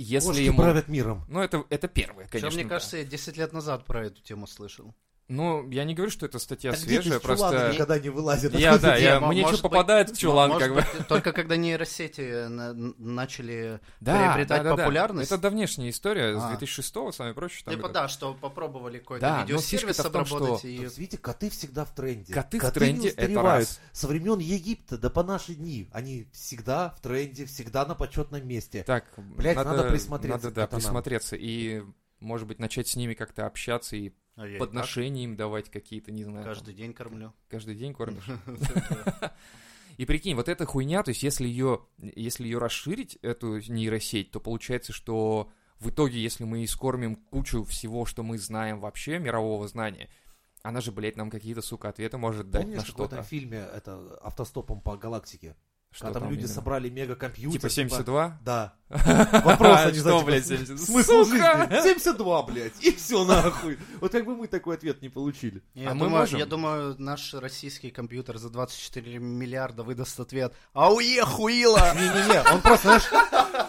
S2: если
S1: Кошки
S2: ему...
S1: правят миром.
S2: Ну, это, это первое, конечно.
S3: Причем, мне
S2: да.
S3: кажется, я 10 лет назад про эту тему слышал.
S2: Ну, я не говорю, что это статья
S1: Так где ты
S2: свежая,
S1: с чулана
S2: просто...
S1: никогда не вылазит?
S2: Я, да,
S3: Не,
S2: я,
S3: мо-
S2: мне
S3: может
S2: что
S3: быть-
S2: попадает в чулан,
S3: Может
S2: как бы.
S3: быть, Только когда нейросети э, на- начали
S2: Да,
S3: приобретать
S2: да, да, да.
S3: популярность.
S2: Это давнешняя история, с
S3: А.
S2: 2006-го, самое прочее. там
S3: Типа,
S2: это-
S3: да, что попробовали какой-то
S2: Да, но
S3: видеосервис
S2: фишка-то в том, что-
S3: обработать
S1: То
S3: и...
S1: есть, видите, коты всегда в тренде.
S2: Коты в
S1: коты
S2: тренде,
S1: не
S2: это
S1: устаревают.
S2: раз.
S1: Со времен Египта да по наши дни. Они всегда в тренде, всегда на почетном месте.
S2: Так,
S1: Блядь, надо присмотреться
S2: Надо,
S1: к
S2: да,
S1: пацанам.
S2: присмотреться. И, может быть, начать с ними как-то общаться и
S3: А я и
S2: подношения им давать какие-то, не знаю. там,
S3: так Каждый день кормлю.
S2: каждый день кормишь. И прикинь, вот эта хуйня, то есть если ее, если ее расширить, эту нейросеть, то получается, что в итоге, если мы искормим кучу всего, что мы знаем вообще, мирового знания, она же, блядь, нам какие-то, сука, ответы может дать
S1: Помнишь,
S2: на
S1: в каком-то
S2: что-то.
S1: фильме это автостопом по галактике?
S2: Что
S1: Когда там люди
S2: именно?
S1: собрали мега-компьютер.
S2: Типа 72?
S1: Да. Вопрос
S2: А
S1: они,
S2: что,
S1: знаете,
S2: блядь,
S1: типа,
S2: 70?
S1: Смысл
S2: Сука!
S1: жизни. 72, блядь. И все нахуй. Вот как бы мы такой ответ не получили.
S3: Я,
S2: А мы
S3: думаю,
S2: можем?
S3: я думаю, наш российский компьютер за 24 миллиарда выдаст ответ. «А Ауе, хуила!
S1: Не-не-не, он просто, знаешь,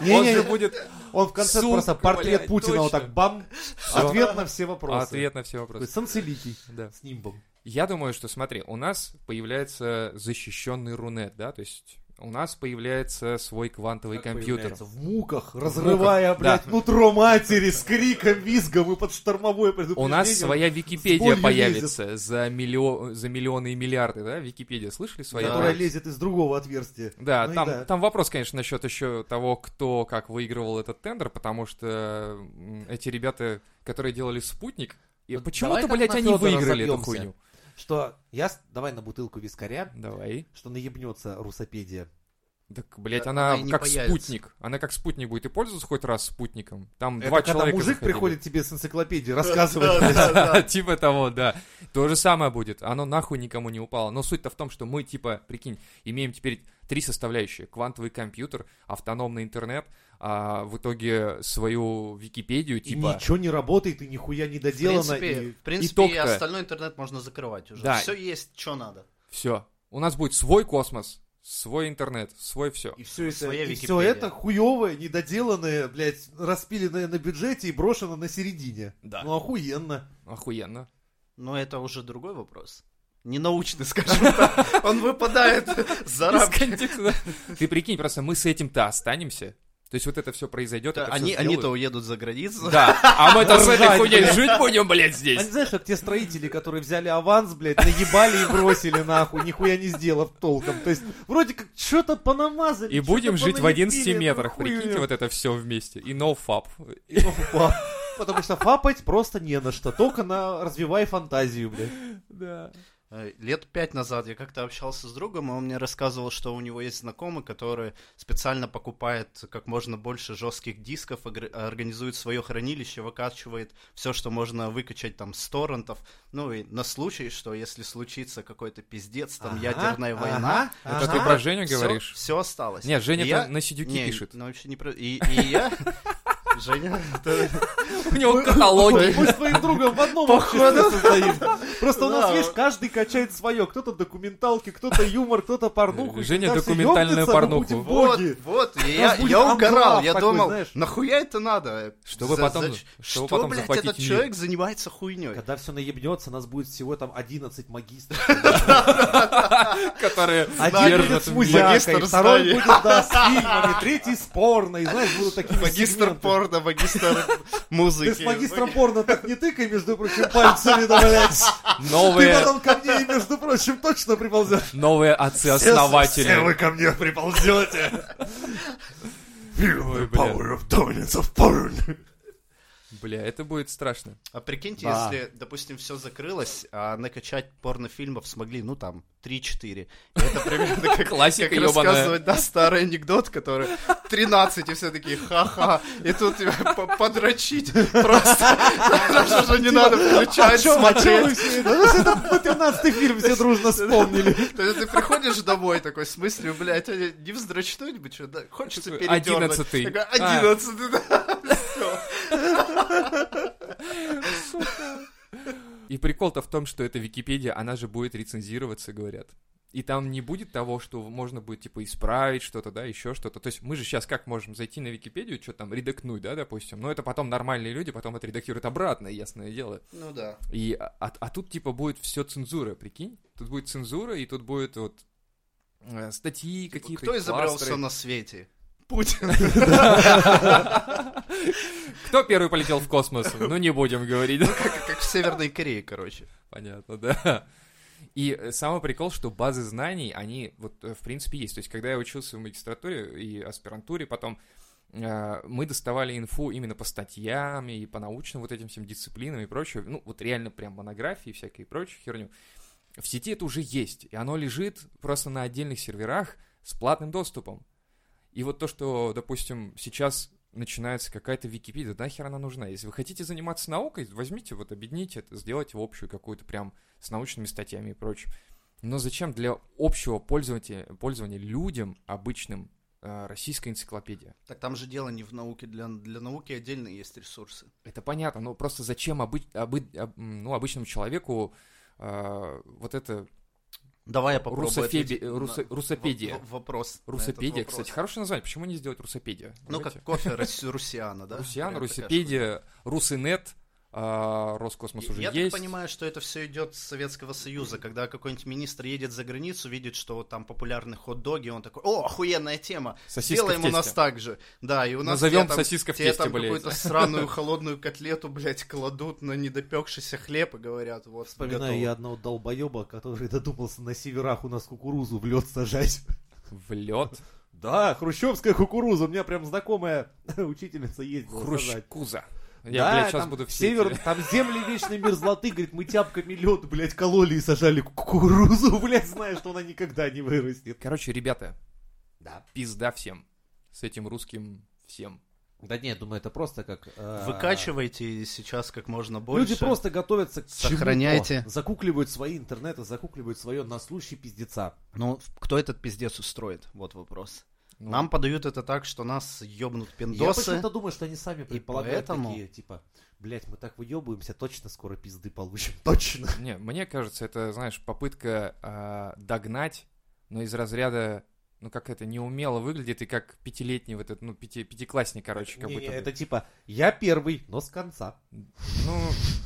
S2: Он же
S1: не-не,
S2: будет
S1: он в конце
S2: Сука,
S1: просто портрет
S2: блядь,
S1: Путина вот
S2: точно.
S1: так бам,
S2: Всё.
S1: ответ на все вопросы.
S2: ответ на все
S1: Такой
S2: вопросы.
S1: санцеликий,
S2: Да.
S1: с нимбом.
S2: Я думаю, что смотри, у нас появляется защищенный рунет, да, то есть у нас появляется свой квантовый
S1: Как
S2: компьютер.
S1: появляется, В муках, разрывая, блядь,
S2: да.
S1: нутро матери с криком, визгом и под штормовое
S2: У
S1: предупреждение.
S2: нас своя Википедия
S1: болью
S2: появится за, миллион, за миллионы и миллиарды, да? Википедия, слышали свои?
S1: которая лезет из другого отверстия.
S2: Да,
S1: Ну и
S2: там,
S1: да.
S2: там вопрос, конечно, насчет еще того, кто как выигрывал этот тендер, потому что м, эти ребята, которые делали спутник, и
S1: Вот
S2: почему-то,
S1: Ну, давай так
S2: блядь,
S1: на Фёдора
S2: они выиграли эту
S1: разобьёмся.
S2: хуйню.
S1: Что, я, с- давай на бутылку вискаря,
S2: Давай.
S1: что наебнется русопедия.
S2: Так, блядь,
S3: Да,
S2: она,
S3: она и не
S2: как
S3: появится.
S2: спутник. Она как спутник будет и пользоваться хоть раз спутником. Там
S1: Это
S2: Ну, два
S1: когда
S2: человека.
S1: мужик
S2: заходили.
S1: приходит тебе с энциклопедией рассказывать.
S3: Да, да, да.
S2: Типа того, да. То же самое будет. Оно нахуй никому не упало. Но суть-то в том, что мы, типа, прикинь, имеем теперь три составляющие. Квантовый компьютер, автономный интернет, а в итоге свою Википедию,
S1: И
S2: типа...
S1: ничего не работает, и нихуя не
S3: В
S1: доделано.
S3: принципе,
S1: и-
S3: в принципе,
S2: итог-то-
S3: и остальной интернет можно закрывать уже.
S2: Да.
S3: Все есть, что надо.
S2: Все. У нас будет свой космос, свой интернет, свой все.
S1: И все это,
S3: Своя
S1: и
S3: Википедия.
S1: все это хуевое, недоделанное, блядь, распиленное на бюджете и брошено на середине.
S2: Да.
S1: Ну охуенно.
S2: Охуенно.
S3: Но это уже другой вопрос. Ненаучный, скажем так. Он выпадает за
S2: Из
S3: рамки.
S2: контекста, да. Ты прикинь, просто мы с этим-то останемся. То есть вот это все произойдет. это всё
S3: Они-
S2: сделают.
S3: Они-то уедут за границу.
S2: Да, а мы-то с этой
S1: Ржать,
S2: хуйней
S1: блядь.
S2: жить будем, блядь,
S1: А не
S2: здесь.
S1: знаешь, как те строители, которые взяли аванс, блядь, наебали и бросили нахуй, нихуя не сделав толком. То есть, вроде как, что-то понамазали.
S2: И
S1: чё-то
S2: будем жить в 11
S1: поналепили,
S2: метрах,
S1: ну хуй
S2: прикиньте,
S1: его.
S2: вот это все вместе. И ноуфап.
S1: Ну, фа- Потому что фапать просто не на что, только на развивай фантазию, блядь.
S2: Да.
S3: Э, Лет пять назад я как-то общался с другом, и он мне рассказывал, что у него есть знакомый, который специально покупает как можно больше жестких дисков, огр- организует свое хранилище, выкачивает все, что можно выкачать там с торрентов. Ну и на случай, что если случится какой-то пиздец, там
S1: Ага,
S3: ядерная
S1: ага,
S3: война,
S1: ага.
S2: Это ты про Женю говоришь?
S3: Все осталось.
S2: Не, Женя
S3: И я-
S2: на сидюки
S3: Не,
S2: пишет.
S3: ну вообще не про... И, и я... Женя, это-
S2: У него каталоги.
S1: Мы с твоим другом в одном обществе состоим. Просто у нас,
S3: Да.
S1: видишь, каждый качает свое. Кто-то документалки, кто-то юмор, кто-то порнуху. И
S2: Женя
S1: когда все
S2: документальную
S1: ёбнется, ну, мы
S2: порнуху.
S1: будем
S3: Вот,
S1: боги.
S3: вот,
S1: нас
S3: и я,
S1: будет
S3: я угорал,
S1: анклав
S3: я
S1: такой,
S3: думал,
S1: знаешь.
S3: нахуя это надо?
S2: Чтобы
S3: За-
S2: потом-
S3: зач-
S2: чтобы
S3: что,
S2: потом
S3: блядь,
S2: захватить
S3: этот
S2: мир.
S3: человек занимается хуйней?
S1: Когда все наебнется, нас будет всего там 11 магистров.
S2: которые
S1: Один будет
S2: держат
S1: с
S2: мир.
S1: музякой,
S3: Магистр
S1: второй
S3: знаний.
S1: будет, да, с фильмами, третий с порно. И знаешь, будут такие
S3: Магистр
S1: сегменты.
S3: порно. порно, магистр музыки.
S1: Ты с магистром порно так не тыкай, между прочим, пальцами, да, блядь. Ты
S2: Новые,
S1: потом ко мне, между прочим, точно приползешь.
S2: новые отцы-основатели.
S1: Все вы ко мне приползете. Feel
S2: Ой,
S1: the
S2: блядь.
S1: power of dominance of porn.
S2: Бля, это будет страшно.
S3: А прикиньте,
S1: Да.
S3: если, допустим, все закрылось, а накачать порнофильмов смогли, ну там, 3-4. Это примерно как,
S2: Классика
S3: как
S2: ёбаная.
S3: рассказывать, да, старый анекдот, который 13, и все такие, ха-ха, и тут тебя по- подрочить просто. Даже уже не надо
S1: А
S3: включать,
S1: чё, а чё вы
S3: смотреть.
S1: все? Ну, это был 13 фильм, все дружно вспомнили.
S3: То есть ты приходишь домой такой, с мыслью, блядь, а не вздрочнуть бы, что да, хочется
S2: Такой,
S3: передёрнуть.
S2: 11-й.
S3: Такой,
S2: А.
S3: 11-й, да, всё.
S2: И прикол-то в том, что эта Википедия, она же будет рецензироваться, говорят. И там не будет того, что можно будет, типа, исправить что-то, да, еще что-то. То есть мы же сейчас как можем зайти на Википедию, что там, редактнуть, да, допустим. Но это потом нормальные люди потом отредактируют обратно, ясное дело.
S3: Ну да.
S2: И, а, а- а тут, типа, будет все цензура, прикинь. Тут будет цензура, и тут будет вот э, статьи какие-то.
S3: Типа, Кто изобрел
S2: кластеры.
S3: все на свете? Путин.
S2: Кто первый полетел в космос? Ну, не будем говорить.
S3: Как как в Северной Корее, короче.
S2: Понятно, да. И э, самый прикол, что базы знаний, они вот э, в принципе есть. То есть, когда я учился в магистратуре и аспирантуре, потом э, мы доставали инфу именно по статьям и по научным вот этим всем дисциплинам и прочее. Ну, вот реально прям монографии всякие и прочую херню. В сети это уже есть, и оно лежит просто на отдельных серверах с платным доступом. И вот то, что, допустим, сейчас начинается какая-то Википедия, нахер она нужна? Если вы хотите заниматься наукой, возьмите, вот объедините это, сделайте в общую какую-то прям с научными статьями и прочим. Но зачем для общего пользователя, пользования людям обычным э, российская энциклопедия?
S3: Так там же дело не в науке. Для, для науки отдельно есть ресурсы.
S2: Это понятно, но просто зачем обы- обы- об- м, ну, обычному человеку э, вот это
S3: Давай я попробую
S2: русофеби-
S3: ответить
S2: э, русо-
S3: на
S2: русопедия.
S3: в- в- вопрос. на этот
S2: русопедия,
S3: вопрос.
S2: кстати, хорошее название, почему не сделать русопедия?
S3: Ну,
S2: Давайте.
S3: как кофе рус- русиана, да?
S2: Русиан,
S3: Прям такая
S2: Русипедия, Русинет, а, Роскосмос
S3: штука.
S2: уже
S3: Я
S2: есть.
S3: так понимаю, что это все идет с Советского Союза, когда какой-нибудь министр едет за границу, видит, что вот там популярны хот-доги, он такой, о, охуенная тема,
S2: Сосиска
S3: сделаем
S2: в тесте.
S3: у нас так же. Да, и у нас
S2: Назовем
S3: тебе там-
S2: сосиска в
S3: тебе
S2: тесте,
S3: там
S2: блядь.
S3: какую-то сраную холодную котлету, блядь, кладут на недопекшийся хлеб и говорят, вот,
S1: Вспоминаю
S3: готово.
S1: я одного долбоеба, который додумался на северах у нас кукурузу в лед сажать.
S2: В лед.
S1: Да, хрущевская кукуруза. У меня прям знакомая учительница ездила сажать.
S2: Хрущкуза. Я, блядь, сейчас
S1: там
S2: буду в
S1: север,
S2: севере.
S1: там земли вечной мерзлоты, говорит, мы тяпками лед, блядь, кололи и сажали кукурузу, блядь, зная, что она никогда не вырастет.
S2: Короче, ребята,
S1: Да.
S2: пизда всем. С этим русским всем.
S1: Да нет, думаю, это просто как... э,
S3: Выкачивайте сейчас как можно больше.
S1: Люди просто готовятся к чему-то.
S3: Сохраняйте.
S1: Закукливают свои интернеты, закукливают свое на случай пиздеца.
S3: Ну, в- кто этот пиздец устроит? Вот вопрос.
S2: Ну,
S3: Нам подают это так, что нас ёбнут
S1: Я
S3: пиндосы.
S1: почему-то думаю, что они сами предполагают
S3: поэтому-
S1: такие, типа, блядь, мы так выебываемся, точно скоро пизды получим. Точно.
S2: Не, мне кажется, это, знаешь, попытка а, догнать, но из разряда, ну, как это неумело выглядит, и как пятилетний вот этот, ну, пяти- пятиклассник, короче, как
S1: Не-не,
S2: будто бы.
S1: это типа, я первый, но с конца.
S2: Ну,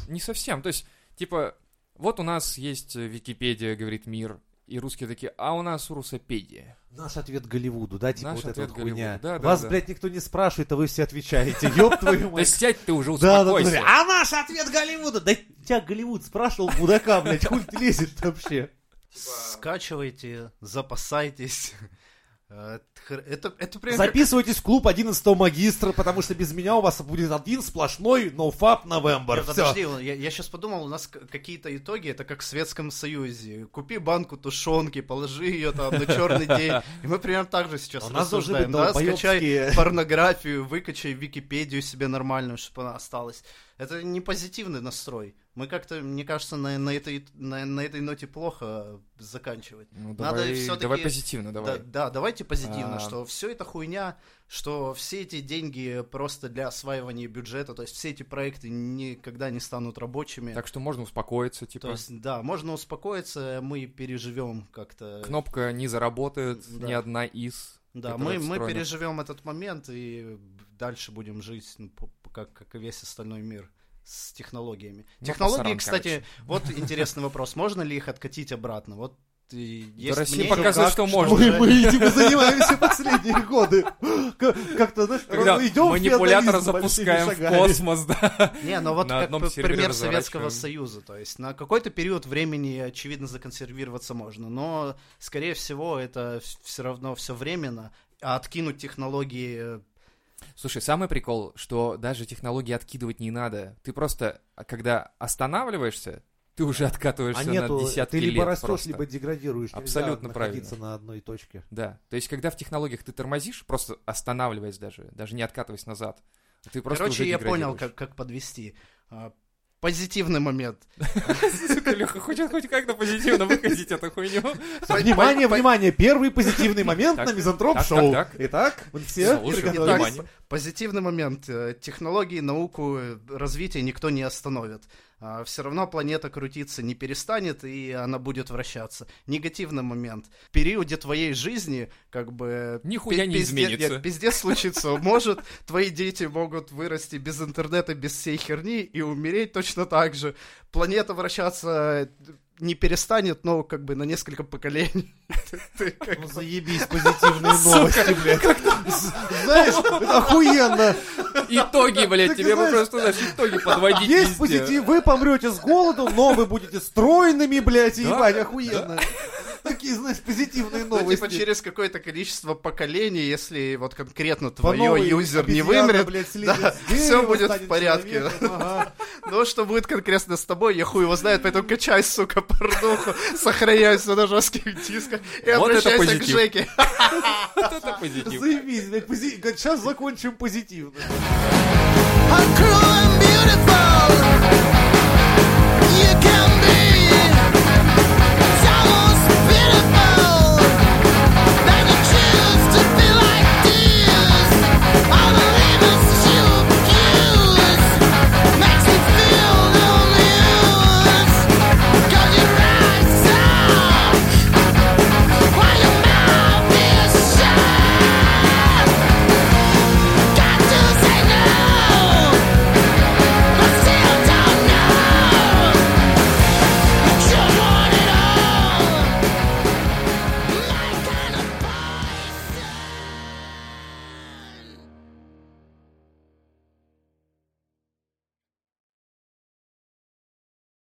S2: не совсем. То есть, типа, вот у нас есть э, Википедия, говорит мир, и русские такие, а у нас русопедия.
S1: Наш ответ Голливуду, да, типа
S2: Наш
S1: вот эта
S2: ответ
S1: вот хуйня.
S2: Голливуду, да, да,
S1: Вас,
S2: да.
S1: блядь, никто не спрашивает, а вы все отвечаете. Ёб твою
S2: Да
S1: мать.
S2: сядь ты уже,
S1: Да, да, да,
S2: успокойся.
S1: А наш ответ Голливуду! Да тебя Голливуд спрашивал, мудака, блядь, хуй ты лезет вообще.
S3: Скачивайте, запасайтесь. Э, хр- Это, это прям как-
S1: Записывайтесь в клуб 11 магистра, потому что без меня у вас будет один сплошной ноуфап новембр.
S3: Нет,
S1: Всё.
S3: подожди, я, сейчас подумал, у нас к- какие-то итоги, это как в Советском Союзе. Купи банку тушенки, положи ее там на черный день. И мы примерно так же сейчас
S1: У нас должны
S3: рассуждаем.
S1: быть
S3: Да,
S1: долбоёбские-
S3: скачай порнографию, выкачай Википедию себе нормальную, чтобы она осталась. Это не позитивный настрой. Мы как-то, мне кажется, на, на этой, на, на этой ноте плохо заканчивать.
S2: Ну,
S3: Надо
S2: давай,
S3: всё-таки-
S2: давай позитивно,
S3: Да,
S2: давай.
S3: да, давайте позитивно,
S2: А.
S3: что все это хуйня, что все эти деньги просто для осваивания бюджета, то есть все эти проекты никогда не станут рабочими.
S2: Так что можно успокоиться, типа.
S3: то есть, да, можно успокоиться, мы переживем как-то.
S1: э,
S2: Кнопка не заработает,
S3: Да.
S2: ни одна из.
S3: да,
S2: которая
S3: мы, мы
S2: встроена.
S3: переживем этот момент и дальше будем жить, ну, по- по- как, как и весь остальной мир с технологиями.
S2: Ну,
S3: Технологии,
S2: пасаран,
S3: кстати,
S2: короче.
S3: вот интересный вопрос. Можно ли их откатить обратно? Вот и есть
S2: Россия
S3: мнение,
S2: показывает,
S3: как,
S2: что
S1: Мы,
S2: можно.
S3: уже-
S1: мы этим и занимаемся последние годы. К- Как-то, знаешь,
S2: Когда
S1: идем
S2: манипулятор запускаем в космос, да.
S3: Не, но вот
S2: На
S3: как
S2: одном
S3: п-
S2: сервере
S3: пример Советского
S2: разворачиваем.
S3: Союза. То есть на какой-то период времени, очевидно, законсервироваться можно, но, скорее всего, это все равно все временно. А откинуть технологии... э,
S2: Слушай, самый прикол, что даже технологии откидывать не надо. Ты просто, а когда останавливаешься, ты уже откатываешься
S1: А
S2: на
S1: нету,
S2: десятки
S1: ты либо
S2: лет
S1: растешь,
S2: просто.
S1: либо деградируешь. Нельзя
S2: Абсолютно
S1: находиться на одной точке.
S2: Да, то есть когда в технологиях ты тормозишь, просто останавливаясь даже, даже не откатываясь назад, ты просто
S3: Короче,
S2: уже
S3: я понял,
S2: деградируешь.
S3: как, как подвести. А, Позитивный момент.
S2: Сука, Леха хочет хоть как-то позитивно выходить эту хуйню.
S1: Внимание, внимание, первый позитивный момент
S2: Так,
S1: на Мизантроп
S2: так,
S1: Шоу.
S2: так, так.
S1: Итак, мы все
S2: Слушай,
S1: приготовились.
S2: внимание.
S3: Позитивный момент. Э, Технологии, науку, э, развитие никто не остановит. Все равно планета крутиться не перестанет, и она будет вращаться. Негативный момент. В периоде твоей жизни, как бы...
S2: Нихуя
S3: пи-
S2: не
S3: пизде-
S2: изменится.
S3: нет, пиздец случится. Может, твои дети могут вырасти без интернета, без всей херни, и умереть точно так же. Планета вращаться э, не перестанет, но как бы на несколько поколений. Ты- ты как
S1: Ну заебись, позитивные новости, блядь. Знаешь, это охуенно.
S2: Итоги, блядь,
S1: Так и
S2: тебе бы
S1: знаешь,
S2: просто, знаешь, итоги подводить
S1: Есть
S2: везде.
S1: позитив, вы помрете с голоду, но вы будете стройными, блядь, и
S2: Да,
S1: ебать, охуенно. Такие, знаешь, позитивные
S3: Ну, типа
S1: новости.
S3: через какое-то количество поколений, если вот конкретно
S1: По новой
S3: твое юзер не
S1: обезьяна,
S3: вымрет,
S1: блядь, слезет
S3: да,
S1: с дерева,
S3: все будет в
S1: станет
S3: порядке.
S1: человеком, ага.
S3: Но что будет конкретно с тобой, я хуй его знает, поэтому качай, сука, порнуху, сохраняйся на жестких дисках и
S2: Вот это
S3: обращайся к
S2: позитив.
S3: Жеке.
S2: Вот это позитив.
S1: Заебись, блядь, пози- Сейчас закончим позитивно.
S4: I'm cruel